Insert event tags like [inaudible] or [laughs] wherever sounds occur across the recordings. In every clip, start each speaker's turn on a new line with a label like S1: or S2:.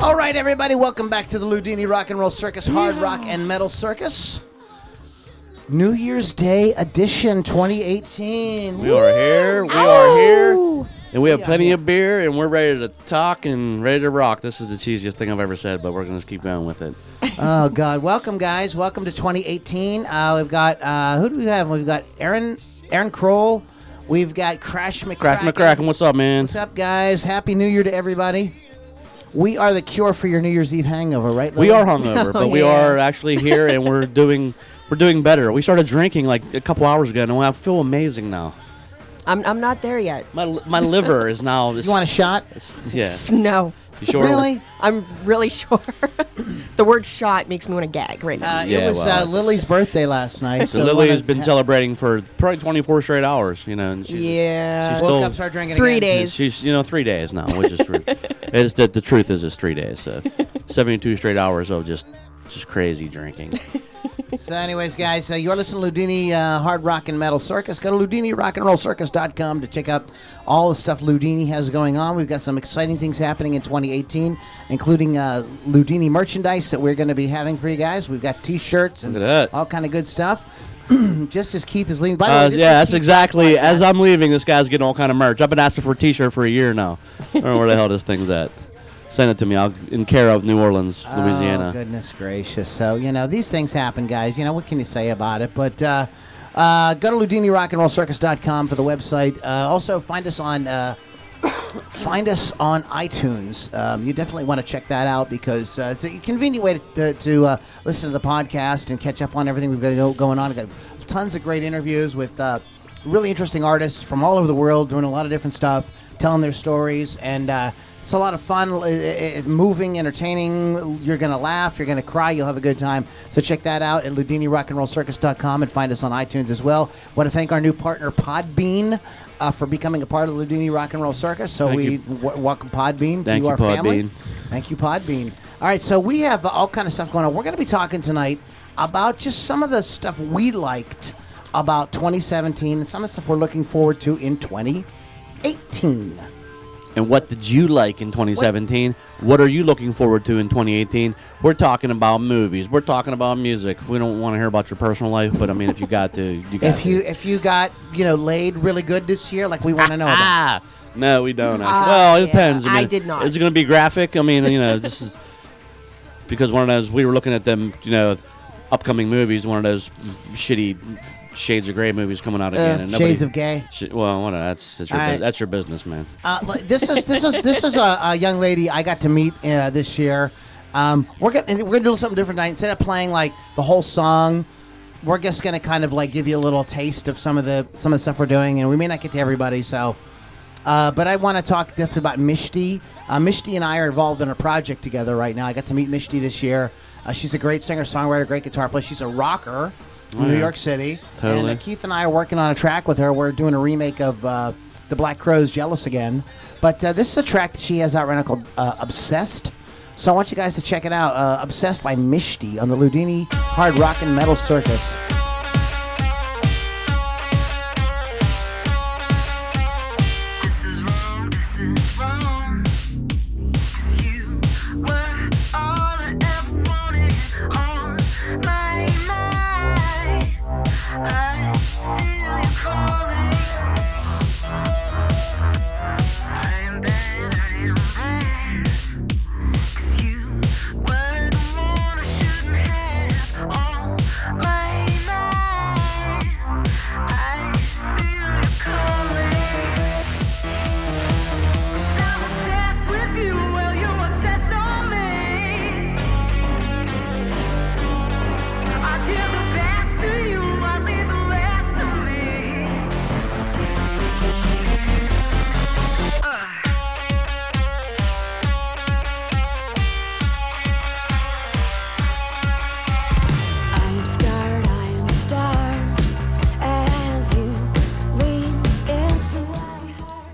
S1: All right, everybody, welcome back to the Ludini Rock and Roll Circus, Hard Rock and Metal Circus. New Year's Day edition 2018.
S2: We are here. We are here. And we have
S1: We are
S2: plenty
S1: here.
S2: of beer, and we're ready to talk and ready to rock. This is the cheesiest thing I've ever said, but we're going to keep going with it.
S1: Oh, God. Welcome, guys. Welcome to 2018. Uh, we've got, uh, who do we have? We've got Aaron Aaron Kroll. We've got Crash McCracken.
S2: Crack McCracken, what's up, man?
S1: What's up, guys? Happy New Year to everybody. We are the cure for your New Year's Eve hangover, right?
S2: We
S1: Lily? [laughs]
S2: are hungover, but we
S3: yeah.
S2: are actually here, and we're doing we're doing better. We started drinking like a couple hours ago, and I feel amazing now.
S3: I'm, I'm not there yet.
S2: My li- my liver is
S1: [laughs]
S2: now.
S1: You want a shot?
S2: Yeah.
S3: No.
S1: [laughs]
S2: You sure?
S1: Really?
S3: I'm really [laughs] sure. the word shot makes me want to gag right now.
S1: Uh, it
S2: Yeah,
S1: was
S2: well,
S1: uh,
S2: it's-
S1: Lily's birthday last night.
S2: So Lily has been celebrating for probably 24 straight hours, you know. And she's,
S3: Yeah.
S2: She's
S1: Woke
S2: still,
S1: up, started drinking
S3: Three
S1: again.
S3: days.
S2: And She's you know three days now, which is re- it's the, the truth is it's three days. So seventy-two straight hours of just just crazy drinking.
S1: So, anyways, guys, uh, you're listening to Ludini uh, Hard Rock and Metal Circus. Go to ludinirockandrollcircus.com to check out all the stuff Ludini has going on. We've got some exciting things happening in 2018, including uh, Ludini merchandise that we're going to be having for you guys. We've got T-shirts and
S2: Look at that.
S1: all kind of good stuff. [clears throat] Just as Keith is leaving. By the way,
S2: Uh,
S1: this
S2: yeah,
S1: is
S2: that's
S1: Keith's
S2: exactly.
S1: podcast.
S2: As I'm leaving, this guy's getting all kind of merch. I've been asking for a T-shirt for a year now. I don't know where the hell this thing's at. Send it to me. I'll in care of New Orleans,
S1: Oh,
S2: Louisiana.
S1: goodness gracious. So, you know, these things happen, guys. You know, what can you say about it? But uh, uh, go to LudiniRockAndRollCircus.com for the website. Uh, also, find us on. Uh, Find us on iTunes. Um, you definitely want to check that out because uh, it's a convenient way to, to, to uh, listen to the podcast and catch up on everything we've got go- going on. We've got tons of great interviews with uh, really interesting artists from all over the world doing a lot of different stuff, telling their stories, and uh, it's a lot of fun. I- I- It's moving, entertaining. You're going to laugh, you're going to cry, you'll have a good time. So check that out at ludinirockandrollcircus.com and find us on iTunes as well. Want to thank our new partner, Podbean. Uh, for becoming a part of the Ludini Rock and Roll Circus, so
S2: Thank
S1: we
S2: you.
S1: w- welcome Podbean
S2: Thank
S1: to
S2: you,
S1: our family.
S2: Podbean.
S1: Thank you, Podbean. All right, so we have uh, all kind of stuff going on. We're going to be talking tonight about just some of the stuff we liked about 2017 and some of the stuff we're looking forward to in 2018.
S2: And what did you like in 2017? What are you looking forward to in 2018? We're talking about movies. We're talking about music. We don't want to hear about your personal life, but I mean, if you got to, you got
S1: If you
S2: to.
S1: if you got you know laid really good this year, like we want to know about.
S2: ah, no, we don't. Actually.
S3: Ah,
S2: well, it
S3: yeah.
S2: depends. I, mean,
S3: I did not.
S2: Is it going to be graphic? I mean, you know, this is [laughs] because one of those we were looking at them, you know, upcoming movies. One of those shitty Shades of Grey movies coming out again. and nobody-
S1: Shades of Gay.
S2: Sh- well, what, that's that's your,
S1: All right.
S2: bus- that's your business, man.
S1: Uh, li- this is this is this is a, a young lady I got to meet uh, this year. Um, we're gonna and we're gonna do something different tonight. Instead of playing like the whole song, we're just gonna kind of like give you a little taste of some of the some of the stuff we're doing, and we may not get to everybody. So, uh, but I want to talk just about Mishti. Uh, Mishti and I are involved in a project together right now. I got to meet Mishti this year. Uh, she's a great singer, songwriter, great guitar player. She's a rocker from New
S2: yeah.
S1: York City. And
S2: Totally.
S1: uh, Keith and I are working on a track with her. We're doing a remake of uh, The Black Crowes Jealous Again. But uh, this is a track that she has out right now called uh, Obsessed. So I want you guys to check it out. Uh, Obsessed by Mishti on the Ludini Hard Rock and Metal Circus.
S4: This is wrong, this is wrong. 'Cause you were all I ever wanted on my mind. I feel you calling. I am bad, I am bad. 'Cause you were the one I shouldn't have on my mind.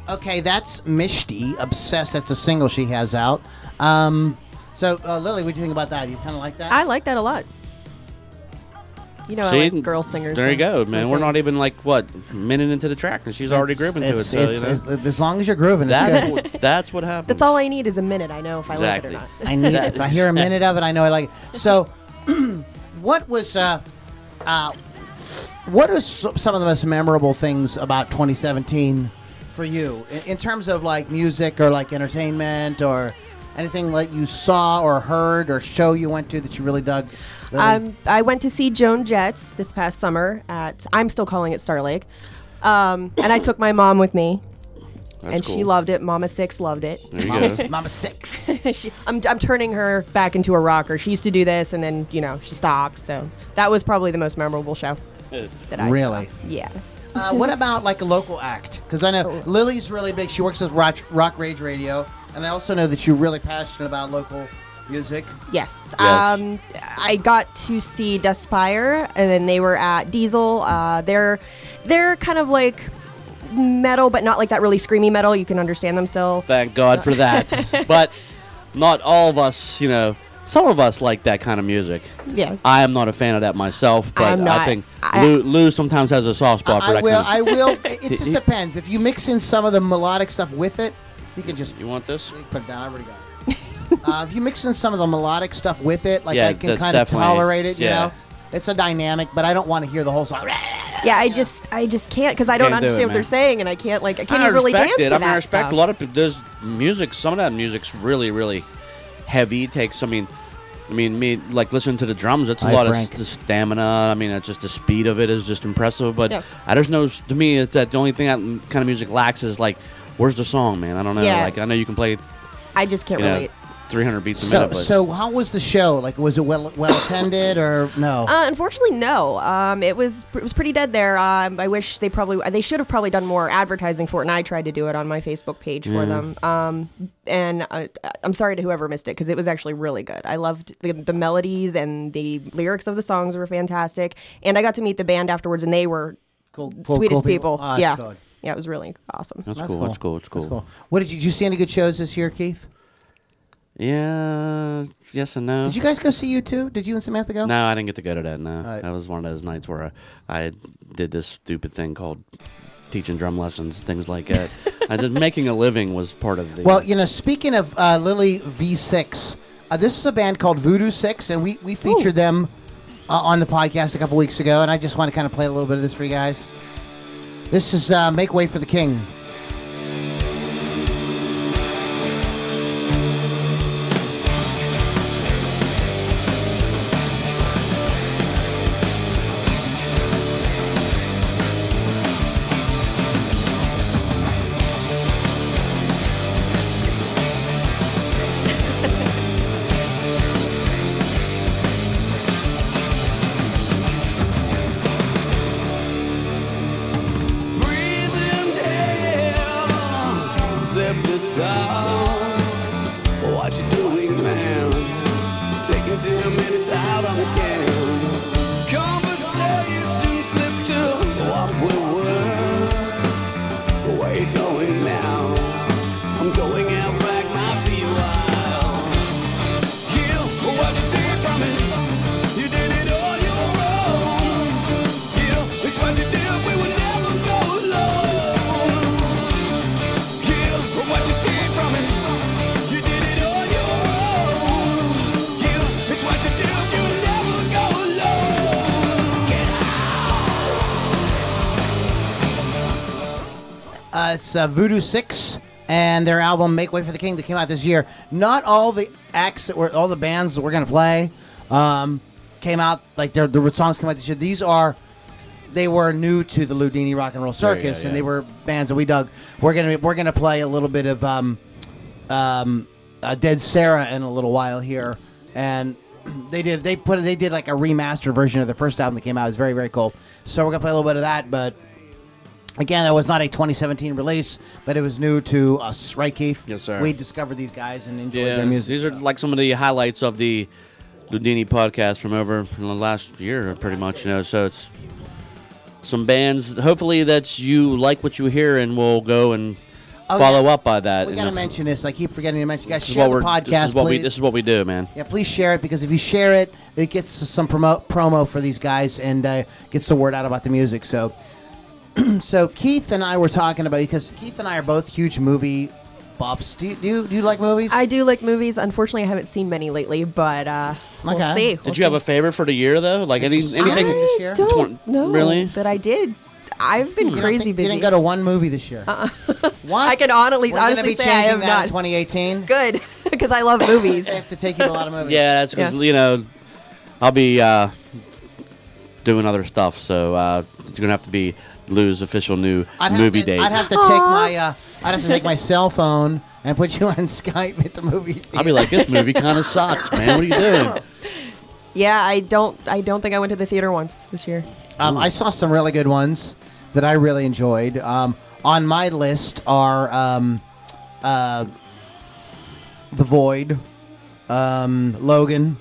S1: Okay, that's Mishti, Obsessed. That's a single she has out. Um, so, uh, Lily, what do you think about that? You kind of like that?
S3: I like that a lot. You know, I
S2: See,
S3: like girl singers.
S2: There you
S3: though.
S2: go, man. We're not even like what minute into the track, and she's already
S1: It's-
S2: grooving to it.
S1: it's-
S2: So, you
S1: it's-
S2: know,
S1: it's- as long as you're grooving, it's
S2: that's
S1: good.
S2: [laughs] what, that's what happens.
S3: That's all I need is a minute. I know if I like it or
S2: Exactly.
S3: not.
S1: I need it. If I hear a minute of it, I know I like it. So, [clears throat] what was uh, uh, what was some of the most memorable things about 2017 for you in, in terms of like music or like entertainment or anything that you saw or heard or show you went to that you really dug? Lily?
S3: Um, I went to see Joan Jett this past summer at I'm still calling it Star Lake, um, and I took my mom with me,
S2: That's
S3: and she
S2: cool.
S3: loved it. Mama Six loved it.
S2: There you go.
S1: Mama, Mama [laughs] Six.
S3: she, I'm, I'm turning her back into a rocker. She used to do this, and then you know she stopped. So that was probably the most memorable show. That I
S1: Really?
S3: saw. Yeah.
S1: Uh, what about like a local act? Because I know Lily's really big. She works with Rock, Rock Rage Radio, and I also know that you're really passionate about local music.
S3: Yes.
S2: Yes.
S3: Um, I got to see Despire, and then they were at Diesel. Uh, they're they're kind of like metal, but not like that really screamy metal. You can understand them still.
S2: Thank God for
S3: [laughs]
S2: that. but not all of us, you know. Some of us like that kind of music.
S3: Yes.
S2: I am not a fan of that myself, but
S3: I'm
S2: I
S3: not.
S2: think
S3: I-
S2: Lou, Lou sometimes has a soft spot for
S1: I
S2: that
S1: will.
S2: kind
S1: I
S2: of [laughs]
S1: will. It just depends. If you mix in some of the melodic stuff with it, you can just
S2: You want this?
S1: put it down. I already got [laughs] it. uh, if you mix in some of the melodic stuff with it, like
S2: Yeah,
S1: I can
S2: that's
S1: kind of
S2: definitely-
S1: tolerate it. You
S2: yeah.
S1: know, it's a dynamic, but I don't want to hear the whole song.
S3: Yeah, I just I just can't because I don't
S2: Can't do it,
S3: understand what they're
S2: man.
S3: saying, and I can't like I can't
S2: I
S3: even really
S2: respect
S3: dance
S2: it.
S3: to
S2: I mean,
S3: that
S2: I respect
S3: stuff.
S2: a lot of people. There's music. Some of that music's really, really heavy. Takes. I mean, I mean, me like listening to the drums. That's a
S1: Hi,
S2: lot
S1: Frank.
S2: of s- the stamina. I mean, it's just the speed of it is just impressive. But
S3: Yeah.
S2: I just know s- to me it's that the only thing that m- kind of music lacks is like, where's the song, man? I don't know.
S3: Yeah.
S2: Like I know you can play, you
S3: I just can't
S2: know,
S3: relate.
S2: 300 beats a
S1: So,
S2: minute. But
S1: so how was the show? Like, was it well well attended or no?
S3: Uh, unfortunately, no. Um, it was it was pretty dead there. Um, I wish they probably they should have probably done more advertising for it, and I tried to do it on my Facebook page
S1: Mm.
S3: for them. Um, and I, I'm sorry to whoever missed it because it was actually really good. I loved the, the melodies and the lyrics of the songs were fantastic, and I got to meet the band afterwards, and they were
S1: cool,
S3: sweetest people.
S1: Ah, that's
S3: yeah,
S1: good.
S3: yeah, it was really awesome.
S2: that's,
S1: That's
S2: cool.
S1: cool.
S2: That's cool. That's cool.
S1: That's cool. What did you, did you see any good shows this year, Keith?
S2: Yeah. Yes and no.
S1: Did you guys go see you too? Did you and Samantha go?
S2: No, I didn't get to go to that. No,
S1: right.
S2: that was one of those nights where I, I did this stupid thing called teaching drum lessons, things
S1: [laughs]
S2: like that. I did making a living was part of the.
S1: Well, you know, speaking of uh, Lily V6, uh, this is a band called Voodoo Six, and we, we featured them uh, on the podcast a couple weeks ago, and I just want to kind of play a little bit of this for you guys. This is uh, Make Way for the King.
S5: Zip this out. What you doing, man? Taking ten minutes out on the game. Conversation slipped to what we were. Where you going now? I'm going out back, might be a while. You, what you did from it? You did it all your own. You, it's what you did. We would never go alone. You, what you did from it? You did it on your own. You, it's what you do. You never go alone. Get
S1: Uh, it's uh, Voodoo Six and their album "Make Way for the King" that came out this year. Not all the acts that were all the bands that we're gonna play um, came out like their the songs came out this year. These are they were new to the Ludini Rock and Roll
S2: There you go,
S1: Circus,
S2: yeah.
S1: and they were bands that we dug. We're gonna we're gonna play a little bit of um, um, uh, Dead Sarah in a little while here, and [clears throat] they did they put they did like a remastered version of the first album that came out. It was very very cool. So we're gonna play a little bit of that, but again, that was not a 2017 release, but it was new to us, right, Keith?
S2: Yes, sir.
S1: We discovered these guys and enjoyed
S2: yeah,
S1: their music.
S2: these are like some of the highlights of the Ludini podcast from over from the last year, pretty much. You know, so it's some bands. Hopefully, that you like what you hear and will go and
S1: Oh,
S2: follow up by that.
S1: We
S2: and
S1: gotta
S2: if-
S1: mention this. I keep forgetting to mention. Guys,
S2: this is
S1: share
S2: what
S1: the
S2: we're-
S1: podcast,
S2: This is what
S1: please.
S2: we. This is what we do, man.
S1: yeah, please share it because if you share it, it gets some promo promo for these guys and uh, gets the word out about the music. So, [clears throat] so Keith and I were talking about because Keith and I are both huge movie buffs. Do you do you, do you like movies?
S3: I do like movies. Unfortunately, I haven't seen many lately, but uh, we'll
S1: Okay.
S3: see.
S2: Did you have a favorite for the year though? Like any,
S1: you see
S2: anything?
S1: it? this
S3: I
S1: year? Hmm.
S2: Twen-
S3: don't know.
S2: really?
S3: But I did. I've been
S1: You don't
S3: crazy
S1: think-
S3: busy. Uh-uh.
S1: You didn't go to one movie this year.
S3: [laughs]
S1: what?
S3: I can honestly-
S1: We're gonna
S3: honestly
S1: be
S3: say I
S1: changing
S3: have
S1: that
S3: not.
S1: in 2018.
S3: Good, [laughs] because I love
S1: [laughs]
S3: movies.
S1: I have to take you to a lot of movies.
S2: [laughs] Yeah, that's because
S3: Yeah.
S2: you know I'll be uh, doing other stuff, so uh, it's gonna have to be Lou's official new
S1: I'd have
S2: movie
S1: to,
S2: date.
S1: I'd have to take my uh, I'd have to take my cell phone and put you on [laughs] Skype at the movie. Theater.
S2: I'll be like, this movie
S1: [laughs]
S2: kind of sucks, man. What are you doing?
S3: yeah, I don't. I don't think I went to the theater once this year.
S1: Um, I saw some really good ones that I really enjoyed. Um, on my list are um, uh, The Void, um, Logan.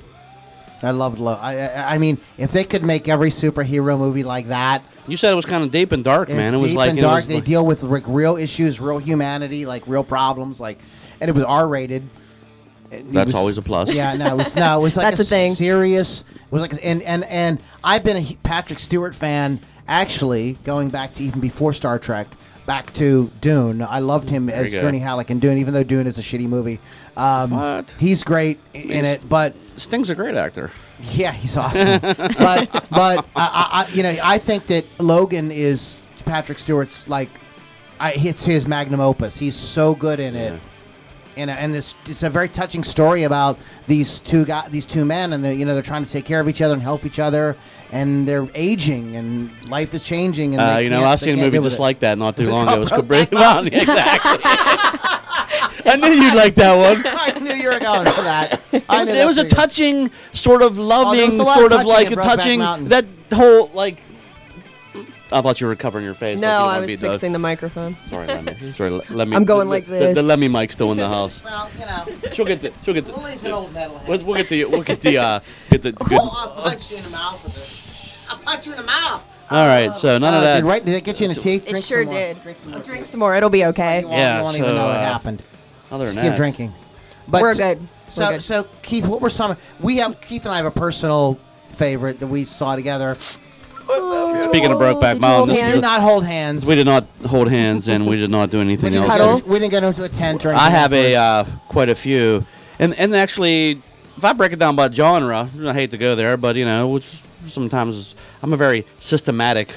S1: I loved Logan. I, I, I mean, if they could make every superhero movie like that,
S2: You said it was kind of deep and dark, man.
S1: it's
S2: It was
S1: deep
S2: like
S1: and
S2: it
S1: dark.
S2: was
S1: they
S2: like-
S1: deal with like real issues, real humanity, like real problems, like, and it was R rated.
S2: That's always a plus.
S1: Yeah, no, it was no, it
S2: [laughs]
S1: was like
S3: That's a thing.
S1: serious. It was like and and and I've been a he- Patrick Stewart fan actually going back to even before Star Trek, back to Dune. I loved him as
S2: you go.
S1: Gurney Halleck in Dune, even though Dune is a shitty movie. Um,
S2: What?
S1: He's great i- in
S2: He's-
S1: it, but
S2: Sting's a great actor.
S1: yeah, he's
S2: [laughs]
S1: awesome. but but I, I, you know, I think that Logan is Patrick Stewart's like, I, it's his magnum opus. He's so good in it. And, and this it's a very touching story about these two guys, these two men, and they you know they're trying to take care of each other and help each other, and they're aging and life is changing. And
S2: Uh,
S1: they
S2: you know,
S1: can't-
S2: I've
S1: they
S2: seen a
S1: can't
S2: movie
S1: deal with
S2: just
S1: it.
S2: like that not too
S1: It's
S2: long ago. It was
S1: called
S2: called
S1: [laughs]
S2: Brokeback
S1: Brokeback Mountain.
S2: Mountain. [laughs] Exactly. I knew you'd like that one.
S1: [laughs] I knew you were going for that.
S2: [laughs] It was, it was a touching, sort of loving,
S1: Oh, a lot
S2: sort
S1: of touching
S2: of like
S1: in Brokeback
S2: touching
S1: Mountain.
S2: that whole like. I thought you were covering your face. like you
S3: No, I
S2: wanna
S3: was
S2: be
S3: fixing the microphone.
S2: [laughs] Sorry, Lemmy. Sorry, Le- Lemmy.
S3: I'm going
S2: the-
S3: like
S2: the- The,
S3: this.
S2: Lemmy mic's still in
S1: [laughs]
S2: the house.
S1: Well, you know,
S2: She'll get the. She'll get the.
S1: Lily's an old metalhead.
S2: We'll, we'll get the. We'll get the. Uh, get the. Good.
S1: Oh, I'll punch you in the mouth with this. I'll punch you in the mouth.
S2: All right. So none
S1: Uh,
S2: of that.
S1: did, right, did it get you in the teeth?
S3: It
S1: Drink
S3: sure
S1: some more.
S3: did.
S1: Drink some more.
S3: Drink some more. It'll be okay.
S1: You won't,
S2: Yeah,
S1: you won't even
S2: so,
S1: know it
S2: uh,
S1: happened.
S2: Other than
S1: Just keep
S2: that.
S1: drinking. But
S3: We're good.
S1: So,
S3: We're good.
S1: so Keith, what were some? We have Keith and I have a personal favorite that we saw together.
S2: Speaking of Brokeback
S3: Did you
S2: Mountain,
S3: hold
S1: We
S2: this is
S1: did
S3: hands?
S2: the-
S1: not hold hands.
S2: we did not hold hands and we did not do anything
S1: We didn't
S2: else.
S1: go-
S3: Cuddle?
S1: we didn't go into a tent or.
S2: I
S1: anything
S2: have a
S1: afterwards.
S2: uh, quite a few, and and actually, if I break it down by genre, I hate to go there, but you know, which sometimes I'm a very systematic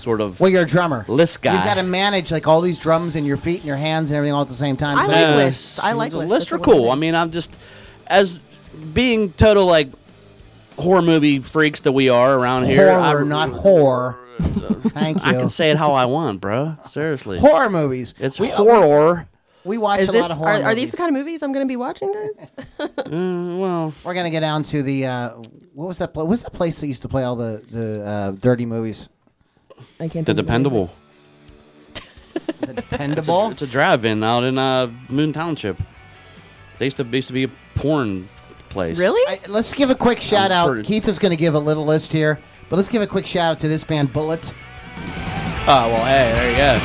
S2: sort of.
S1: well, you're a drummer.
S2: list guy.
S1: You've got to manage like all these drums in your feet and your hands and everything all at the same time.
S3: I
S1: so-
S3: like
S2: Uh,
S3: lists. I like
S2: the
S3: lists.
S2: Lists
S3: That's
S2: are
S3: a little
S2: cool. I
S3: bit.
S2: mean, I'm just as being total like horror movie freaks that we are around here.
S1: horror,
S2: I, [laughs]
S1: not whore. Thank you.
S2: I can say it how I want, bro. Seriously,
S1: horror movies.
S2: it's
S1: we,
S2: horror.
S1: We watch
S3: Is
S1: a
S3: this,
S1: lot of
S3: are,
S1: horror.
S3: are these
S1: movies.
S3: the kind of movies I'm going to be watching?
S1: [laughs]
S3: Guys?
S2: Uh, Well,
S1: We're gonna get down to the uh, what was that? Pl- what was that place that used to play all the the uh, dirty movies?
S3: I
S2: the
S3: can't. think of it.
S2: dependable.
S1: The Dependable.
S2: It's a drive-in out in uh, Moon Township. They used to used to be a porn place.
S3: Really?
S1: I, let's give a quick shout out.
S2: pretty-
S1: Keith is gonna give a little list here, but let's give a quick shout out to this band Bullet.
S2: Oh well, hey, there you go.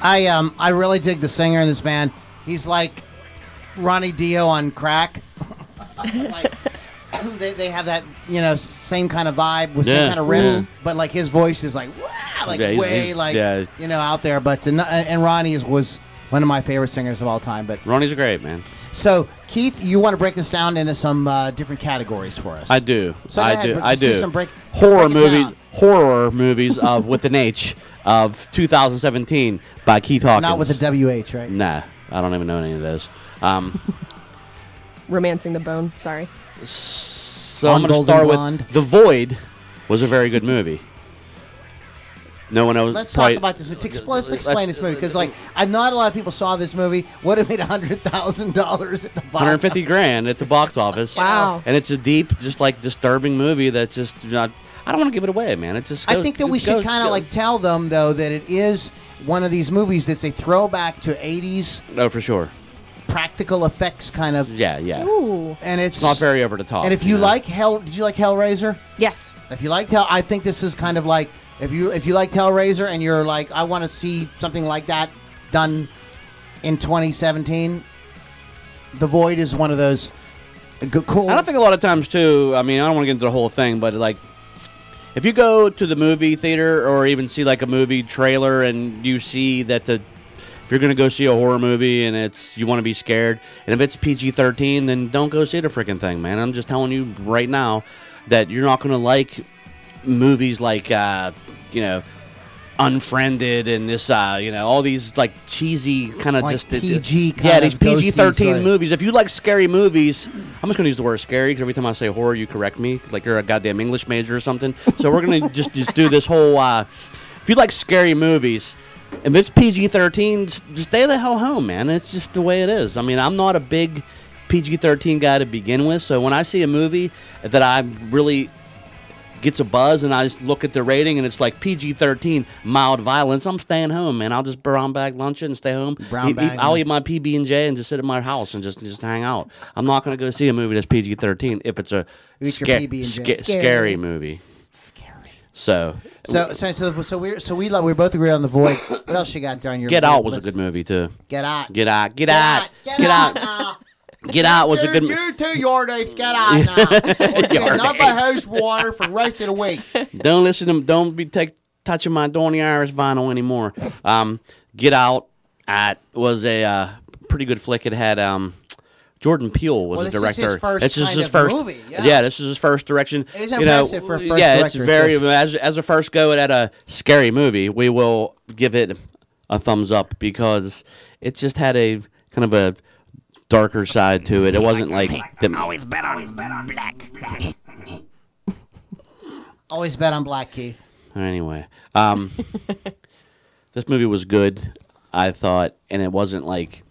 S1: I um I really dig the singer in this band. He's like Ronnie Dio on crack. [laughs] like, they, they have that you know same kind of vibe with
S2: Yeah,
S1: same kind of riffs,
S2: yeah.
S1: but like his voice is like wow, like
S2: Yeah, he's-
S1: way
S2: he's-
S1: like
S2: yeah.
S1: you know out there. But to, no- and Ronnie is, was one of my favorite singers of all time. But
S2: Ronnie's great, man.
S1: So, Keith, you want to break this down into some uh, different categories for us?
S2: I do.
S1: So go
S2: I
S1: ahead,
S2: do.
S1: but
S2: I
S1: just do
S2: do.
S1: some break-
S2: horror
S1: break it down.
S2: movies. Horror movies of with an H of 2017 by Keith Hawkins.
S1: Not with a WH, right?
S2: Nah, I don't even know any of those.
S1: [laughs]
S2: Um,
S3: Romancing the Bone. Sorry.
S2: so
S1: On
S2: I'm going to
S1: Golden
S2: start
S1: Blonde.
S2: with The Void. Was a very good movie. No one else.
S1: Let's
S2: probably-
S1: talk about this. Let's, expl- let's
S2: Let's-
S1: explain this movie because, like, I, not a lot of people saw this movie. Would have made hundred thousand dollars at the box.
S2: 150 grand at the box office.
S3: Wow.
S2: And it's a deep, just like disturbing movie that's just not. I don't want to give it away, man. It just.
S1: I
S2: goes-
S1: think that
S2: it
S1: we should
S2: goes-
S1: kind of like tell them though that it is one of these movies that's a throwback to '80s
S2: No, Oh, for sure.
S1: practical effects kind of,
S2: Yeah, yeah.
S3: Ooh.
S1: and it's,
S2: It's not very over the top.
S1: And if you
S2: know?
S1: like Hell, did you like Hellraiser?
S3: Yes.
S1: If you liked Hell, I think this is kind of like if you if you liked Hellraiser and you're like, I want to see something like that done in 2017. The Void is one of those good, cool.
S2: I don't think a lot of times too. I mean, I don't want to get into the whole thing, but like, if you go to the movie theater or even see like a movie trailer and you see that the if you're gonna go see a horror movie and it's you want to be scared and if it's PG-13, then don't go see the freaking thing, man. I'm just telling you right now that you're not gonna like movies like uh, you know. Unfriended and this, uh, you know, all these like cheesy kind of
S1: Like
S2: just
S1: PG
S2: yeah,
S1: kind
S2: these
S1: of ghosties,
S2: PG thirteen
S1: right.
S2: movies movies. If you like scary movies, I'm just going to use the word scary because every time I say horror, you correct me like you're a goddamn English major or something. So we're going to [laughs] just, just do this whole. Uh, if you like scary movies, if it's PG-13, s- just stay the hell home, man. It's just the way it is. I mean, I'm not a big PG-13 guy to begin with, so when I see a movie that I really gets a buzz and I just look at the rating and it's like PG 13, mild violence. I'm staying home, man. I'll just brown bag lunch it and stay home.
S1: Brown
S2: Eat- eat-
S1: bag,
S2: I'll
S1: yeah.
S2: eat my PB and J and just sit at my house and just just hang out. I'm not going to go see a movie that's PG 13 if it's a
S1: Eat your
S2: sca-
S1: PB&J.
S2: sca-
S3: Scary.
S2: scary movie. So,
S1: so. So, so, so we so we love, we both agreed on the Void. [coughs] what else you got during your
S2: Get Out was
S1: list?
S2: a good movie too.
S1: Get out.
S2: Get Out, Get Out,
S1: Get,
S2: Get
S1: out.
S2: Out,
S1: now.
S2: Get Out was a
S1: You,
S2: good.
S1: you two yard apes, get
S2: [laughs]
S1: out now. Or get
S2: Yard
S1: another hose water for the rest of the week.
S2: [laughs] Don't listen to Don't be take, touching my Donny Irish vinyl anymore. Um, Get Out uh, was a uh, pretty good flick. It had um, Jordan Peele was
S1: Well,
S2: the
S1: this is his
S2: director.
S1: first
S2: this is
S1: kind
S2: his
S1: of
S2: first
S1: movie, yeah.
S2: this is his first direction.
S1: It is
S2: You know,
S1: impressive for a first
S2: yeah,
S1: director,
S2: it's very
S1: especially.
S2: as as a first go at a scary movie. We will give it a thumbs up because it just had a kind of a darker side to it. It wasn't like the,
S4: Always bet on black.
S1: Always bet on Black Keith.
S2: Anyway,
S1: [laughs]
S2: um, this movie was good, I thought, and it wasn't like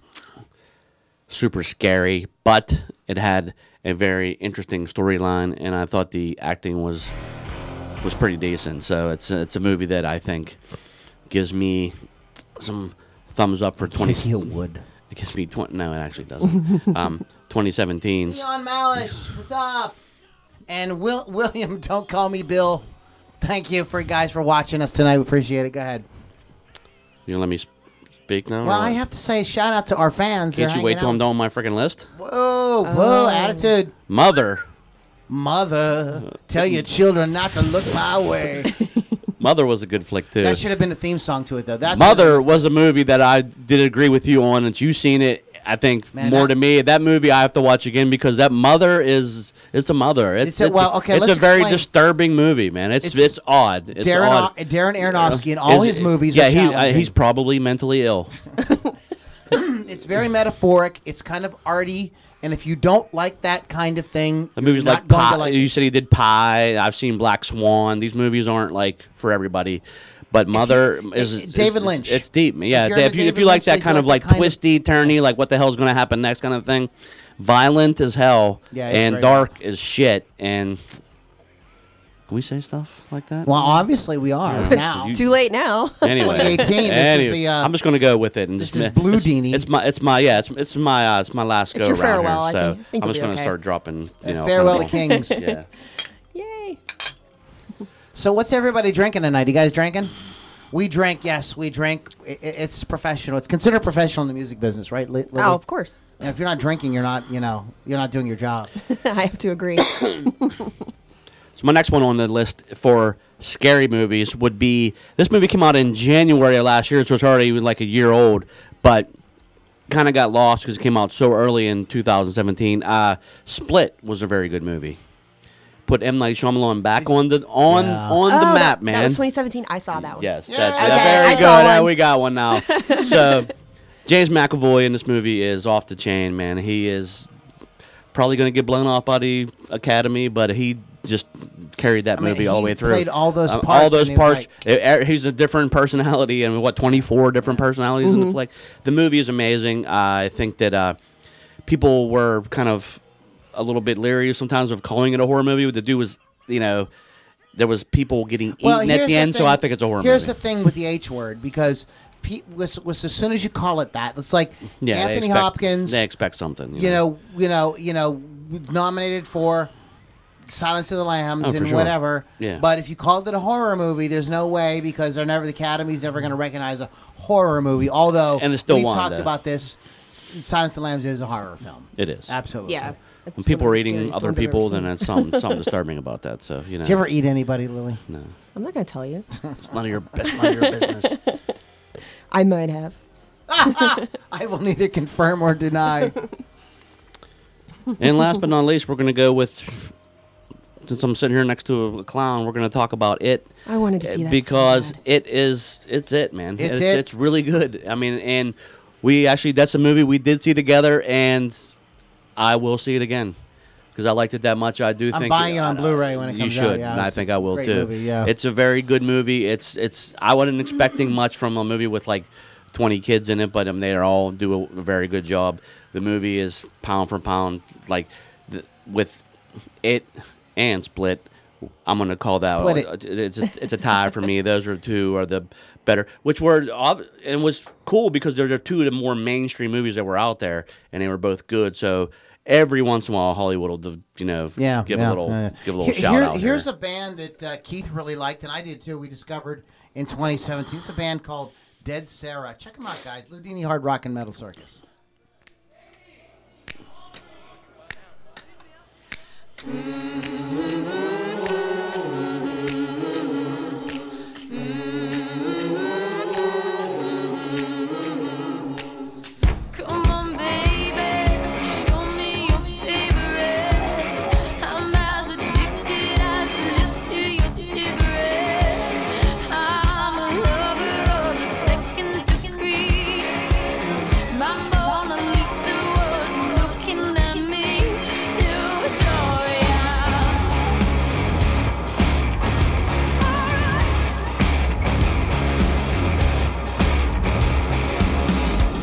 S2: super scary, but it had a very interesting storyline, and I thought the acting was was pretty decent. So it's a, it's a movie that I think gives me some thumbs up for twenty.
S1: would.
S2: It gives me twenty. No, it actually
S1: [laughs]
S2: doesn't. um, twenty seventeen.
S1: Leon Malish, what's up? And Will William, don't call me Bill. Thank you for guys for watching us tonight. We appreciate it. Go ahead.
S2: You gonna let me sp- speak now. or
S1: Well,
S2: what?
S1: I have to say shout out to our fans. They're
S2: Can't you wait
S1: hanging
S2: till I'm
S1: out.
S2: done with my freaking list?
S1: Whoa, whoa, attitude.
S2: Mother.
S1: Mother, tell your children not to look my
S2: [laughs]
S1: way.
S2: Mother was a good flick too.
S1: That should have been a theme song to it though. That's
S2: Mother was a movie that I did agree with you on, and you've seen it. I think
S1: Man,
S2: more
S1: that-
S2: to me that movie I have to watch again because that mother is it's a mother. It's,
S1: It's a- well, okay,
S2: It's
S1: let's
S2: a very
S1: explain.
S2: disturbing movie, man. It's
S1: It's-
S2: it's, odd. It's
S1: Darren,
S2: odd.
S1: Ar- Darren Aronofsky in all
S2: Is-
S1: his movies.
S2: Yeah,
S1: are
S2: he, uh,
S1: challenging.
S2: he's probably mentally ill.
S1: It's very metaphoric. It's kind of arty, and if you don't like that kind of thing,
S2: The movies like Pie. you said he did Pie. I've seen Black Swan. These movies aren't like for everybody. But Mother is
S1: it-
S2: is-
S1: David
S2: it's-
S1: Lynch.
S2: It's deep, yeah.
S1: If
S2: If,
S1: you're into
S2: you, if
S1: David Lynch,
S2: you like
S1: if
S2: that
S1: you
S2: kind
S1: like
S2: of
S1: that
S2: like
S1: kind of-
S2: twisty, turny, like what the hell's going to happen next kind of thing, violent as hell,
S1: Yeah, it's
S2: and
S1: very
S2: dark as shit. And can we say stuff like that?
S1: well, obviously we are
S2: Yeah.
S1: now.
S2: You-
S3: Too late now.
S2: [laughs]
S3: [laughs]
S1: [laughs]
S2: anyway,
S1: 2018, this is
S2: Anyway,
S1: the, uh,
S2: I'm just going to go with it. And
S1: this
S2: just,
S1: is Blue
S2: it's,
S1: Dini.
S2: It's my, it's my, yeah, it's, it's my, uh, it's my last
S3: It's
S2: go
S3: your
S2: around
S3: farewell, I
S2: here. So
S3: think. I think
S2: I'm
S3: you'll
S2: just
S3: be
S2: gonna
S3: okay.
S2: start dropping. You know,
S1: farewell to
S2: kind of- [laughs]
S1: kings.
S2: Yeah.
S3: Yay.
S1: so what's everybody drinking tonight? You guys drinking? We drank. Yes, we drank. I- I- it's professional. It's considered professional in the music business, right? Li- Lily?
S3: Oh, of course. [laughs]
S1: And if you're not drinking, you're not. You know, you're not doing your job.
S3: I have to
S2: [coughs]
S3: agree.
S2: So my next one on the list for scary movies would be this movie came out in January of last year, so it's already like a year old, but kind of got lost because it came out so early in 2017. Uh, Split was a very good movie. Put M Night Shyamalan back on the on
S1: Yeah.
S2: on the
S3: Oh,
S2: map,
S3: that-
S2: man.
S3: That was 2017. I saw that one.
S2: Yes,
S1: Yay!
S2: that, that-
S1: Okay,
S2: very
S3: I
S2: good.
S3: saw
S2: Now
S3: one.
S2: we got one now.
S1: [laughs]
S2: so James McAvoy in this movie is off the chain, man. He is probably going to get blown off by the Academy, but he just carried that
S1: I mean,
S2: movie all the
S1: he
S2: way through.
S1: played all those
S2: Um,
S1: parts
S2: all those
S1: and he was
S2: parts. Eh, eh, he's a different personality, and what twenty four different personalities
S1: Mm-hmm.
S2: in the flick. The movie is amazing. Uh, I think that uh, people were kind of a little bit leery sometimes of calling it a horror movie. What the dude was, you know, there was people getting eaten at
S1: here's
S2: the end, so
S1: thing-
S2: I think it's a horror
S1: here's
S2: movie.
S1: the thing with the H word because pe- was, was as soon as you call it that, it's like
S2: yeah, they
S1: Anthony
S2: expect-
S1: Hopkins.
S2: They expect something.
S1: you know, you know, you know, nominated for Silence of the Lambs
S2: Oh, for
S1: and
S2: sure.
S1: whatever.
S2: Yeah.
S1: But if you called it a horror movie, there's no way because they're never the Academy's never going to recognize a horror movie. Although
S2: And it's still
S1: we've
S2: won,
S1: talked
S2: though.
S1: about this. S- Silence of the Lambs is a horror film.
S2: It is.
S1: absolutely.
S3: Yeah.
S2: when people are eating other people, then
S1: [laughs]
S2: that's something, something disturbing about that. So you know,
S1: Do you ever eat anybody, Lily?
S2: no,
S3: I'm not gonna tell you.
S2: it's none of your best, none of your business.
S3: I might have.
S1: I will neither confirm or deny.
S2: [laughs] and last but not least, we're going to go with. Since I'm sitting here next to a clown, we're going to talk about it
S3: I wanted to see that so
S2: because
S3: bad.
S2: it is it's it man.
S1: It's
S2: it's
S1: it.
S2: it's really good. I mean, and we actually that's a movie we did see together, and I will see it again because I liked it that much. I do
S1: I'm
S2: think
S1: buying it on
S2: I-
S1: Blu-ray when it
S2: you
S1: comes
S2: should,
S1: out, yeah,
S2: and I
S1: it's a
S2: think I will
S1: great
S2: too.
S1: movie, yeah.
S2: It's a very good movie. It's it's I wasn't expecting much from a movie with like 20 kids in it, but um, they all do a very good job. The movie is pound for pound like th- with it and Split. I'm gonna call that
S1: Split
S2: uh, it's a, it's a tie
S1: [laughs]
S2: for me. Those are two are the better, which were ob- and was cool because they're the two of the more mainstream movies that were out there, and they were both good. So every once in a while, Hollywood will d- you know
S1: Yeah,
S2: give
S1: yeah,
S2: a little
S1: yeah.
S2: give a little
S1: Here-
S2: shout
S1: here-
S2: out.
S1: Here's
S2: here.
S1: a band that uh, Keith really liked, and I did too. We discovered in 2017. It's a band called Dead Sarah. Check them out, guys. Ludini Hard Rock and Metal Circus.
S6: Come on, baby, show me your favorite. I'm as addicted as the lips to your cigarette. I'm a lover of a second degree. My Mona Lisa was looking at me to Victoria. Alright.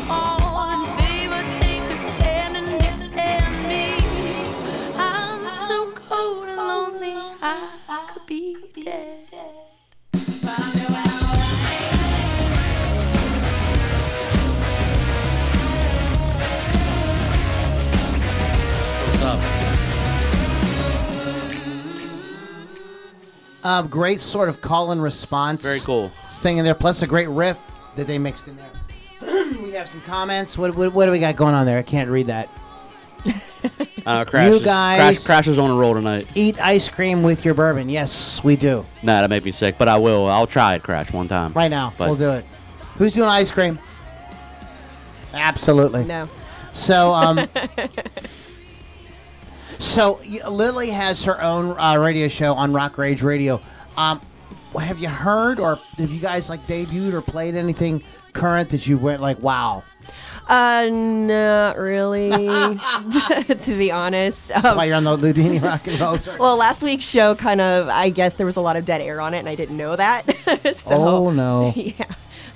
S6: All in favor, take a stand and defend me. I'm so cold and lonely, I could be dead.
S1: Um, great sort of call and response.
S2: Very cool.
S1: Thing in there, plus a great riff that they mixed in there. [clears throat] we have some comments. What, what, what do we got going on there? I can't read that.
S2: Uh, crashes,
S1: guys-
S2: crash, crashes on a roll tonight.
S1: Eat ice cream with your bourbon. Yes, we do.
S2: Nah, that made me sick, but I will. I'll try it. Crash one time
S1: Right now,
S2: But
S1: we'll do it. Who's doing ice cream? Absolutely.
S3: No.
S1: So, um, so y- Lily has her own uh, radio show on Rock Rage Radio. Um, have you heard or have you guys like debuted or played anything current that you went like, wow?
S3: Uh, not really. [laughs] to be honest. Um,
S1: That's why you're on the Ludini Rock and Roll Circuit.
S3: Well, last week's show kind of, I guess there was a lot of dead air on it, and I didn't know that. [laughs] so,
S1: oh no,
S3: Yeah,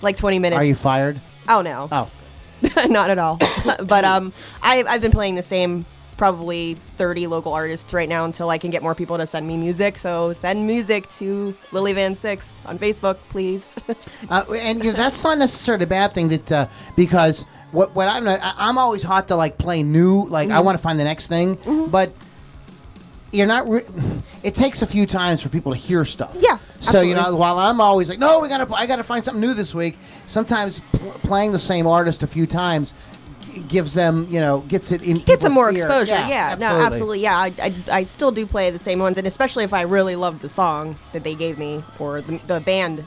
S3: like 20 minutes.
S1: are you fired?
S3: oh no,
S1: Oh,
S3: [laughs] not at all. [coughs] but um, I, I've been playing the same probably 30 local artists right now until I can get more people to send me music. So send music to Lily Van Six on Facebook, please. [laughs]
S1: uh, and you know, that's not necessarily a bad thing that uh, because what what I'm not, I- I'm always hot to like play new. Like
S3: Mm-hmm.
S1: I want to find the next thing, but you're not. Re- it takes a few times for people to hear stuff.
S3: Yeah,
S1: So you know,
S3: absolutely.
S1: while I'm always like, no, we gotta, I gotta find something new this week. Sometimes pl- playing the same artist a few times g- gives them, you know, gets it in.
S3: get some
S1: people's
S3: more
S1: ear.
S3: exposure. Yeah, no,
S1: absolutely.
S3: absolutely. Yeah, I, I, I still do play the same ones, and especially if I really love the song that they gave me or the, the band